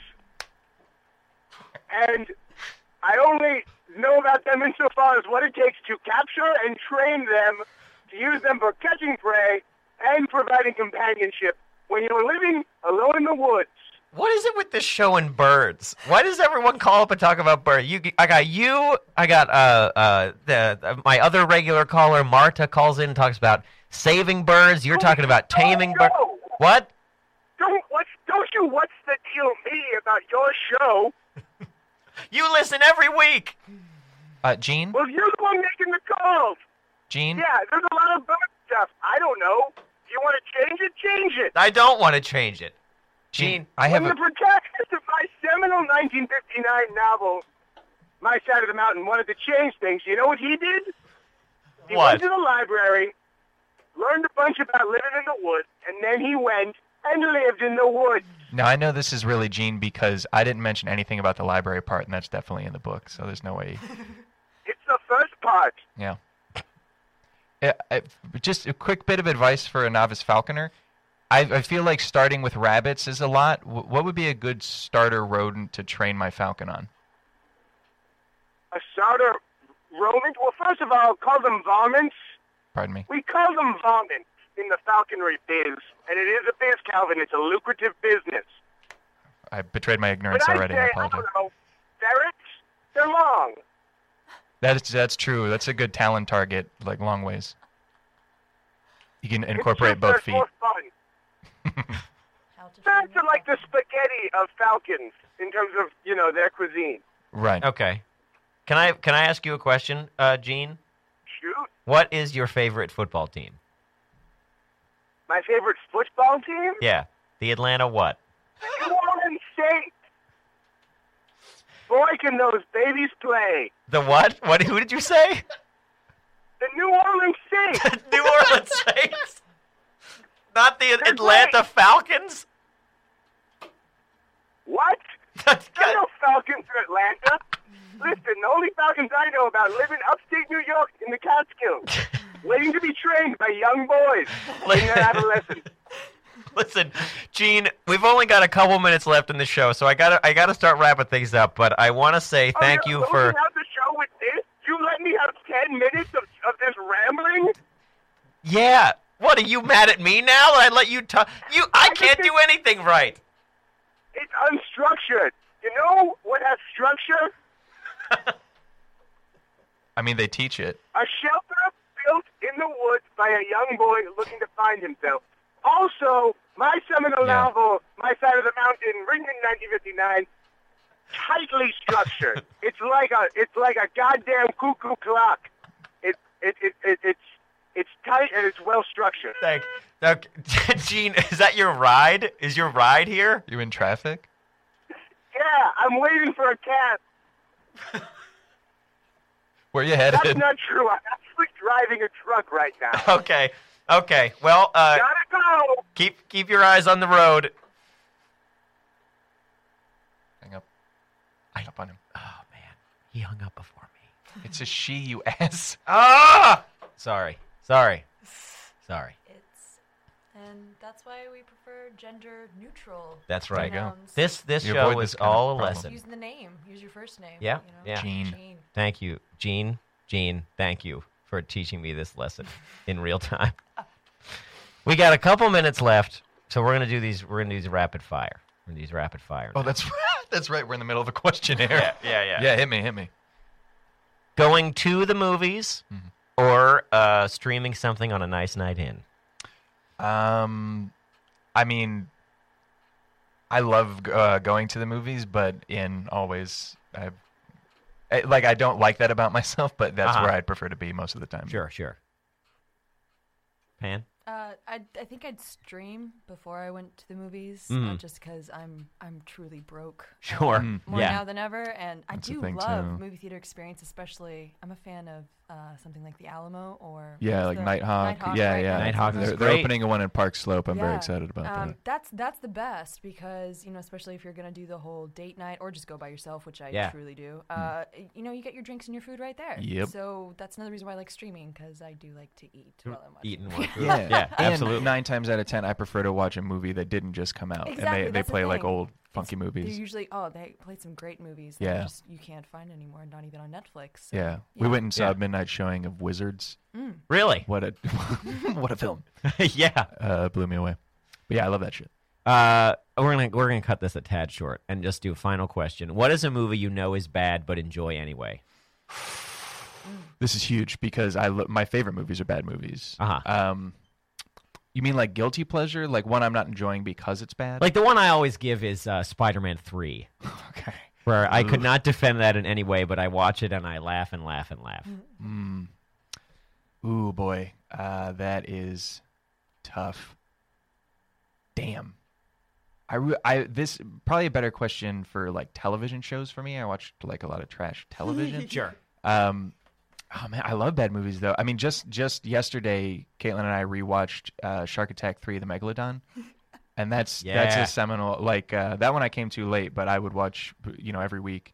Speaker 7: and I only know about them insofar as what it takes to capture and train them, to use them for catching prey and providing companionship when you're living alone in the woods.
Speaker 4: What is it with this show and birds? Why does everyone call up and talk about birds? You, I got you. I got uh, uh, the uh, my other regular caller, Marta, calls in and talks about saving birds. You're talking about taming birds.
Speaker 7: No,
Speaker 4: What?
Speaker 7: don't what's don't you what's the deal me about your show?
Speaker 4: You listen every week.
Speaker 6: Uh, Gene,
Speaker 7: Well, you're the one making the calls.
Speaker 6: Gene,
Speaker 7: Yeah, there's a lot of bird stuff. I don't know. If you want to change it, change it.
Speaker 4: I don't want to change it. Gene,
Speaker 6: Gene, I have
Speaker 7: when
Speaker 6: a,
Speaker 7: the protagonist of my seminal 1959 novel, My Side of the Mountain, wanted to change things, you know what he did? He
Speaker 4: What?
Speaker 7: went to the library, learned a bunch about living in the woods, and then he went and lived in the woods.
Speaker 6: now I know this is really Gene because I didn't mention anything about the library part, and that's definitely in the book, so there's no way.
Speaker 7: It's the first part.
Speaker 6: Yeah. Yeah, I, just a quick bit of advice for a novice falconer. I, I feel like starting with rabbits is a lot. W- what would be a good starter rodent to train my falcon on?
Speaker 7: A starter rodent. Well, first of all, call them varmints.
Speaker 6: Pardon me.
Speaker 7: We call them varmints in the falconry biz, and it is a biz, Calvin. It's a lucrative business.
Speaker 6: I betrayed my ignorance
Speaker 7: But I
Speaker 6: already.
Speaker 7: say,
Speaker 6: I
Speaker 7: I don't
Speaker 6: apologize.
Speaker 7: know, ferrets, they're long.
Speaker 6: That is that's true. That's a good talon target, like long ways. You can
Speaker 7: It's
Speaker 6: incorporate
Speaker 7: just
Speaker 6: both
Speaker 7: there's
Speaker 6: feet.
Speaker 7: more fun.
Speaker 5: How to
Speaker 7: Ferrets
Speaker 5: train
Speaker 7: are like
Speaker 5: your
Speaker 7: the spaghetti of falcons in terms of you know their cuisine.
Speaker 6: Right.
Speaker 4: Okay. Can I can I ask you a question, uh, Gene?
Speaker 7: Shoot,
Speaker 4: What is your favorite football team?
Speaker 7: my favorite football team,
Speaker 4: Yeah, the Atlanta what?
Speaker 7: New Orleans State. Boy, can those babies play!
Speaker 4: The what? What? Who did you say?
Speaker 7: The New Orleans State.
Speaker 4: New Orleans Saints, not the Atlanta Falcons.
Speaker 7: what? There are no Falcons in Atlanta. Listen, the only Falcons I know about live in upstate New York in the Catskills, waiting to be trained by young boys in their adolescence.
Speaker 4: Listen, Gene, we've only got a couple minutes left in the show, so I gotta I gotta start wrapping things up. But I want to say thank
Speaker 7: oh,
Speaker 4: you
Speaker 7: you're
Speaker 4: for
Speaker 7: closing out the show with this. You let me have ten minutes of, of this rambling.
Speaker 4: yeah. What are you mad at me now? That I let you talk. You, I
Speaker 7: just
Speaker 4: can't do
Speaker 7: think-
Speaker 4: anything right.
Speaker 7: It's unstructured. You know what has structure?
Speaker 6: I mean, they teach it.
Speaker 7: A shelter built in the woods by a young boy looking to find himself. Also, my seminal
Speaker 4: Yeah.
Speaker 7: novel, My Side of the Mountain, written in 1959, tightly structured. it's like a it's like a goddamn cuckoo clock. It it, it, it it's it's tight and it's well structured.
Speaker 4: Like, that- Gene, is that your ride? Is your ride here?
Speaker 6: You in traffic?
Speaker 7: Yeah, I'm waiting for a cab.
Speaker 6: Where you
Speaker 7: That's
Speaker 6: headed?
Speaker 7: not true. I'm actually driving a truck right now.
Speaker 4: Okay, okay. Well, uh,
Speaker 7: Gotta go.
Speaker 4: keep keep your eyes on the road.
Speaker 6: Hang up. Hang up on him.
Speaker 4: Oh man, he hung up before me.
Speaker 6: It's a she, you ass.
Speaker 4: Ah! Sorry, sorry, sorry.
Speaker 5: It's and that's why we prefer gender neutral.
Speaker 4: That's
Speaker 6: There you
Speaker 4: right.
Speaker 6: go.
Speaker 5: pronouns.
Speaker 4: This this
Speaker 6: You
Speaker 4: show
Speaker 6: avoid
Speaker 4: is
Speaker 6: this kind of
Speaker 4: all a
Speaker 6: problem.
Speaker 4: lesson.
Speaker 5: Use the name. Use your first name.
Speaker 4: Yeah,
Speaker 5: You know?
Speaker 4: yeah.
Speaker 6: Gene.
Speaker 5: Gene.
Speaker 4: Thank you, Gene. Gene, thank you for teaching me this lesson in real time. We got a couple minutes left, so we're gonna do these. We're gonna do these rapid fire. We're gonna do these rapid fire.
Speaker 6: Oh, that's that's right. We're in the middle of a questionnaire.
Speaker 4: yeah, yeah.
Speaker 6: yeah, hit me, hit me.
Speaker 4: Going to the movies
Speaker 6: Mhm.
Speaker 4: or uh, streaming something on a nice night in.
Speaker 6: Um, I mean, I love uh, going to the movies, but in always I, I like I don't like that about myself, but that's
Speaker 4: Uh-huh.
Speaker 6: where I'd prefer to be most of the time.
Speaker 4: Sure, sure. Pan.
Speaker 5: Uh, I I think I'd stream before I went to the movies, uh,
Speaker 4: Mhm.
Speaker 5: just because I'm I'm truly broke. uh,
Speaker 4: Sure.
Speaker 6: Mm.
Speaker 5: More
Speaker 4: yeah.
Speaker 5: now than ever, and I
Speaker 6: That's a
Speaker 5: do
Speaker 6: thing,
Speaker 5: love
Speaker 6: too.
Speaker 5: movie theater experience. Especially, I'm a fan of uh, something like the Alamo or
Speaker 6: Yeah,
Speaker 5: what's
Speaker 6: like
Speaker 5: the-
Speaker 6: Nighthawk.
Speaker 5: Nighthawk,
Speaker 6: Yeah,
Speaker 5: right?
Speaker 6: yeah.
Speaker 4: Nighthawk is
Speaker 6: They're, they're
Speaker 4: great.
Speaker 6: opening a one in Park Slope. I'm very
Speaker 5: Yeah.
Speaker 6: excited about
Speaker 5: um,
Speaker 6: that.
Speaker 5: That's that's the best because you know, especially if you're gonna do the whole date night or just go by yourself, which I
Speaker 4: Yeah.
Speaker 5: truly do. Uh, You know, you get your drinks and your food right there.
Speaker 6: Hmm. Yep.
Speaker 5: So that's another reason why I like streaming because I do like to eat while I'm watching.
Speaker 4: Eating one food.
Speaker 6: Yeah, And
Speaker 4: absolutely.
Speaker 6: Nine times out of ten, I prefer to watch a movie that didn't just come out,
Speaker 5: Exactly,
Speaker 6: and they, they
Speaker 5: that's the
Speaker 6: play like
Speaker 5: thing.
Speaker 6: old funky
Speaker 5: It's- They're
Speaker 6: movies.
Speaker 5: usually oh they played some great movies that
Speaker 6: Yeah.
Speaker 5: just you can't find anymore, not even on Netflix. so-
Speaker 6: yeah. we
Speaker 5: yeah.
Speaker 6: went and saw
Speaker 4: Yeah.
Speaker 6: a midnight showing of Wizards.
Speaker 4: Really?
Speaker 6: What a what a film!
Speaker 4: yeah.
Speaker 6: Uh, blew me away. But yeah, I love that shit.
Speaker 4: Uh, we're gonna we're gonna cut this a tad short and just do a final question. What is a movie you know is bad but enjoy anyway?
Speaker 6: This is huge because I lo- my favorite movies are bad movies.
Speaker 4: Uh-huh.
Speaker 6: Um, you mean like guilty pleasure, like one I'm not enjoying because it's bad?
Speaker 4: Like the one I always give is uh, Spider-Man Three,
Speaker 6: okay,
Speaker 4: where I could not defend that in any way, but I watch it and I laugh and laugh and laugh.
Speaker 6: mm. ooh boy, uh, that is tough. Damn, I re- I this probably a better question for like television shows for me. I watched like a lot of trash television.
Speaker 4: Sure.
Speaker 6: Um, oh man, I love bad movies though. I mean, just just yesterday, Caitlin and I rewatched uh, Shark Attack Three: The Megalodon, and that's
Speaker 4: Yeah.
Speaker 6: that's a seminal. Like uh, that one, I came too late, but I would watch you know every week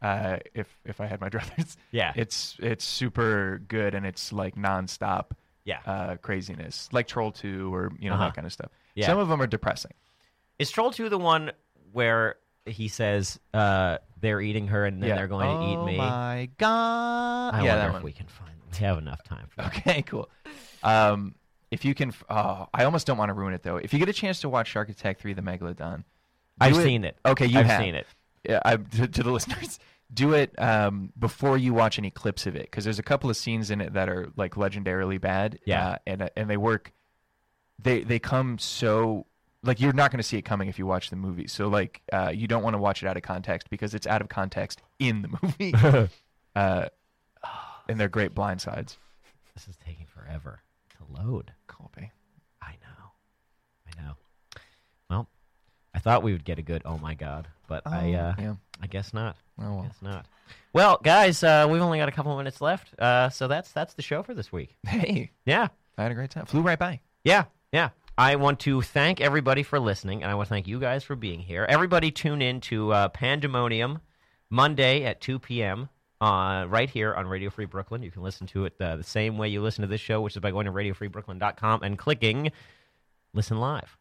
Speaker 6: uh, if if I had my druthers.
Speaker 4: Yeah.
Speaker 6: It's it's super good and it's like nonstop
Speaker 4: Yeah.
Speaker 6: uh, craziness, like Troll Two or you know
Speaker 4: Uh-huh.
Speaker 6: that kind of stuff.
Speaker 4: Yeah.
Speaker 6: Some of them are depressing.
Speaker 4: Is Troll Two the one where he says uh, they're eating her and then
Speaker 6: yeah.
Speaker 4: they're going to eat
Speaker 6: Oh
Speaker 4: me?
Speaker 6: my god!
Speaker 4: I
Speaker 6: yeah, that
Speaker 4: wonder if
Speaker 6: one.
Speaker 4: we can find. We have enough time for that.
Speaker 6: Okay, cool. Um, if you can, f- oh, I almost don't want to ruin it though. If you get a chance to watch Shark Attack Three: The Megalodon, do
Speaker 4: I've seen it.
Speaker 6: Okay, you
Speaker 4: I've
Speaker 6: have
Speaker 4: seen it.
Speaker 6: Yeah, I, to, to the listeners, do it um, before you watch any clips of it because there's a couple of scenes in it that are like legendarily bad.
Speaker 4: Yeah.
Speaker 6: uh, and and they work. They they come so like you're not going to see it coming if you watch the movie. So like uh, you don't want to watch it out of context because it's out of context in the movie. uh, and they're great blind sides.
Speaker 4: This is taking forever to load.
Speaker 6: Colby.
Speaker 4: I know. I know. Well, I thought we would get a good oh my god, but I
Speaker 6: Oh,
Speaker 4: uh,
Speaker 6: yeah.
Speaker 4: I guess not.
Speaker 6: Oh
Speaker 4: I
Speaker 6: well.
Speaker 4: guess not. Well, guys, uh, we've only got a couple minutes left, uh, so that's that's the show for this week.
Speaker 6: Hey,
Speaker 4: Yeah,
Speaker 6: I had a great time. Flew right by.
Speaker 4: yeah, yeah. I want to thank everybody for listening, and I want to thank you guys for being here. Everybody, tune in to uh, Pandemonium Monday at 2 p.m. Uh, right here on Radio Free Brooklyn. You can listen to it uh, the same way you listen to this show, which is by going to radiofreebrooklyn.com and clicking Listen Live.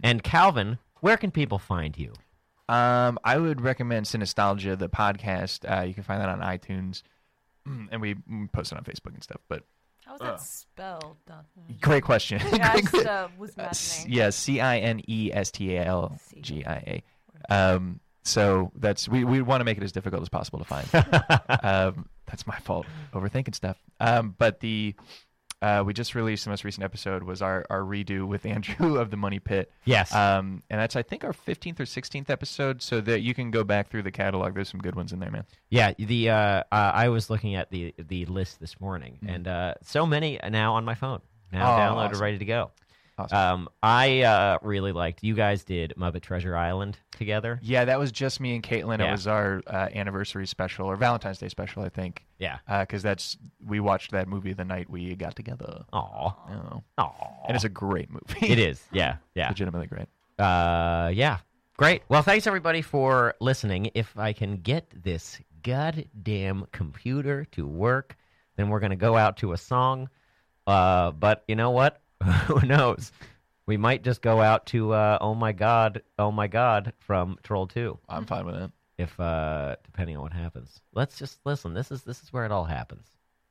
Speaker 4: And Calvin, where can people find you?
Speaker 6: Um, I would recommend Synostalgia, the podcast. Uh, you can find that on iTunes, Mm, and we mm, post it on Facebook and stuff. But
Speaker 5: How is
Speaker 4: Oh.
Speaker 5: that spelled? Don?
Speaker 6: great question.
Speaker 5: Yeah, I
Speaker 6: Great
Speaker 5: just
Speaker 6: que-
Speaker 5: uh, was
Speaker 6: Uh, s-
Speaker 5: imagining.
Speaker 6: yeah, C I N E S T A L G I E A. Um, so that's we, we want to make it as difficult as possible to find. um, that's my fault, overthinking stuff. Um, but the uh, we just released the most recent episode was our, our redo with Andrew of the Money Pit.
Speaker 4: Yes.
Speaker 6: Um, and that's I think our 15th or 16th episode, so that you can go back through the catalog. There's some good ones in there, man.
Speaker 4: Yeah, the uh, uh, I was looking at the the list this morning, and uh, so many are now on my phone. Now
Speaker 6: Oh,
Speaker 4: downloaded,
Speaker 6: awesome.
Speaker 4: ready to go.
Speaker 6: Awesome.
Speaker 4: Um, I uh, really liked. You guys did Muppet Treasure Island together.
Speaker 6: Yeah, that was just me and Caitlin.
Speaker 4: Yeah.
Speaker 6: It was our uh, anniversary special or Valentine's Day special, I think.
Speaker 4: Yeah.
Speaker 6: Because that's we watched that movie the night we got together.
Speaker 4: Aw,
Speaker 6: Oh.
Speaker 4: aw,
Speaker 6: And it's a great movie.
Speaker 4: it is. Yeah, yeah.
Speaker 6: legitimately great.
Speaker 4: Uh, yeah. Great. Well, thanks everybody for listening. If I can get this goddamn computer to work, then we're gonna go out to a song. Uh, but you know what? Who knows? We might just go out to uh, "Oh My God, Oh My God" from Troll Two,
Speaker 6: I'm fine with it.
Speaker 4: if uh, depending on what happens. Let's just listen. This is this is where it all happens.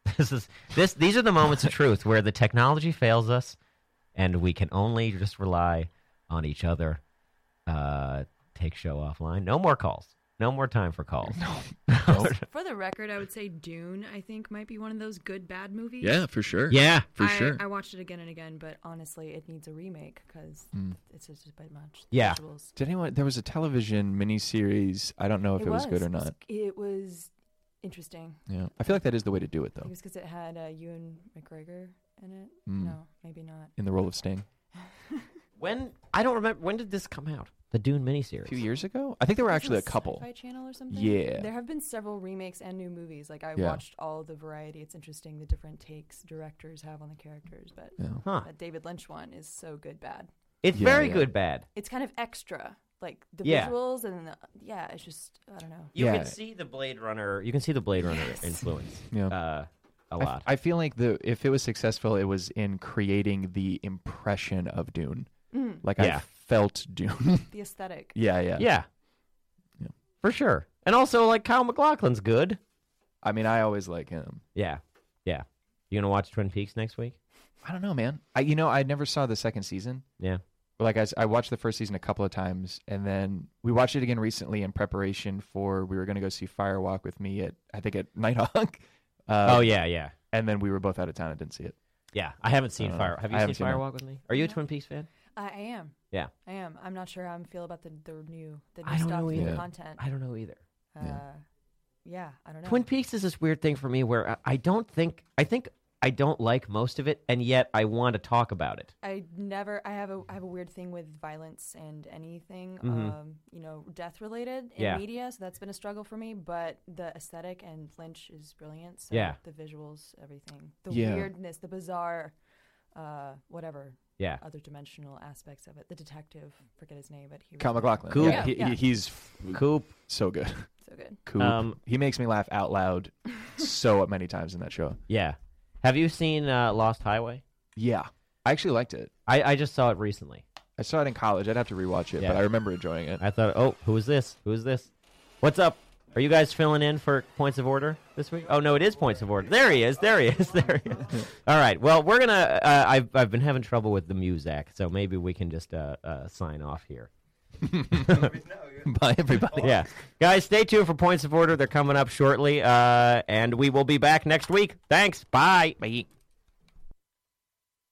Speaker 4: This is this. These are the moments of truth where the technology fails us, and we can only just rely on each other. Uh, take show offline. No more calls. No more time for calls.
Speaker 6: No.
Speaker 5: For the record, I would say Dune. I think might be one of those good bad movies.
Speaker 9: Yeah, for sure.
Speaker 4: Yeah.
Speaker 9: for
Speaker 5: I,
Speaker 9: sure.
Speaker 5: I watched it again and again, but honestly, it needs a remake because
Speaker 6: Mm.
Speaker 5: it's just a bit much.
Speaker 6: Yeah.
Speaker 5: Visuals.
Speaker 6: Did anyone? There was a television miniseries. I don't know if it, was. good or not.
Speaker 5: It was interesting.
Speaker 6: Yeah, I feel like that is the way to
Speaker 5: I
Speaker 6: do it
Speaker 5: think it
Speaker 6: though.
Speaker 5: was because it had uh, Ewan McGregor in it.
Speaker 6: Mm.
Speaker 5: No, maybe not.
Speaker 6: In the role of Sting,
Speaker 4: When I don't remember when did this come out? The Dune
Speaker 6: a
Speaker 4: miniseries.
Speaker 6: few years ago. I think there were
Speaker 5: It's on
Speaker 6: actually a couple.
Speaker 5: Sci-Fi Channel or something.
Speaker 6: Yeah.
Speaker 5: There have been several remakes and new movies. Like I
Speaker 6: Yeah.
Speaker 5: watched all the variety. It's interesting the different takes directors have on the characters, but
Speaker 6: Yeah.
Speaker 4: Huh.
Speaker 5: that David Lynch one is so good bad.
Speaker 4: It's
Speaker 6: Yeah,
Speaker 4: very
Speaker 6: yeah.
Speaker 4: good. Bad.
Speaker 5: It's kind of extra, like the
Speaker 4: Yeah.
Speaker 5: visuals and the, yeah, it's just I don't know.
Speaker 4: You
Speaker 6: Yeah.
Speaker 4: can see the Blade Runner. You can see the Blade Runner influence.
Speaker 6: Yeah.
Speaker 4: Uh, a
Speaker 6: I f-
Speaker 4: lot.
Speaker 6: I feel like the if it was successful, it was in creating the impression of Dune.
Speaker 5: Mm.
Speaker 6: Like
Speaker 4: Yeah.
Speaker 6: I felt Dune.
Speaker 5: The aesthetic.
Speaker 6: yeah, yeah,
Speaker 4: yeah. For sure. And also, like Kyle McLaughlin's good.
Speaker 6: I mean, I always like him.
Speaker 4: Yeah. Yeah. You gonna watch Twin Peaks next week?
Speaker 6: I don't know, man. I you know I never saw the second season.
Speaker 4: Yeah.
Speaker 6: Like I, s- I watched the first season a couple of times, and then we watched it again recently in preparation for we were going to go see Fire Walk with me at I think at Nighthawk. Uh,
Speaker 4: oh yeah, yeah,
Speaker 6: And then we were both out of town and didn't see it.
Speaker 4: yeah. I haven't seen
Speaker 6: Uh,
Speaker 4: Fire. Have you
Speaker 6: I
Speaker 4: seen,
Speaker 6: haven't seen it.
Speaker 4: Firewalk with me? Are you a Twin Peaks fan?
Speaker 5: I I am.
Speaker 4: Yeah.
Speaker 5: I am. I'm not sure how I feel about the the new the
Speaker 4: I
Speaker 5: new
Speaker 4: don't
Speaker 5: stuff,
Speaker 4: know
Speaker 5: the new
Speaker 4: either.
Speaker 5: content.
Speaker 4: I don't know either.
Speaker 5: Uh, yeah, I don't know.
Speaker 4: Twin Peaks is this weird thing for me where I- I don't think I think I don't like most of it, and yet I want to talk about it.
Speaker 5: I never. I have a. I have a weird thing with violence and anything,
Speaker 4: Mhm.
Speaker 5: um, you know, death related in
Speaker 4: Yeah.
Speaker 5: media. So that's been a struggle for me. But the aesthetic and Lynch is brilliant. So
Speaker 4: Yeah.
Speaker 5: The visuals, everything, the
Speaker 6: Yeah.
Speaker 5: weirdness, the bizarre, uh, whatever.
Speaker 4: Yeah.
Speaker 5: Other dimensional aspects of it. The detective, forget his name, but he. was
Speaker 6: Kyle
Speaker 5: great.
Speaker 6: McLaughlin.
Speaker 4: Cool.
Speaker 6: Yeah, he,
Speaker 5: Yeah.
Speaker 6: he- he's f-
Speaker 4: Coop.
Speaker 6: so good.
Speaker 5: So good.
Speaker 6: Cool.
Speaker 4: Um,
Speaker 6: he makes me laugh out loud so many times in that show.
Speaker 4: Yeah. Have you seen uh, Lost Highway?
Speaker 6: Yeah, I actually liked it.
Speaker 4: I, I just saw it recently.
Speaker 6: I saw it in college. I'd have to rewatch it,
Speaker 4: Yeah.
Speaker 6: but I remember enjoying it.
Speaker 4: I thought, oh, who is this? Who is this? What's up? Are you guys filling in for points of order this week? Oh no, it is points of order. There he is. There he is. There he is. All right. Well, we're gonna. Uh, I've I've been having trouble with the music, so maybe we can just uh, uh, sign off here.
Speaker 6: Bye, everybody.
Speaker 4: Yeah. Guys, stay tuned for points of order. They're coming up shortly, uh, and we will be back next week. Thanks. Bye. Bye.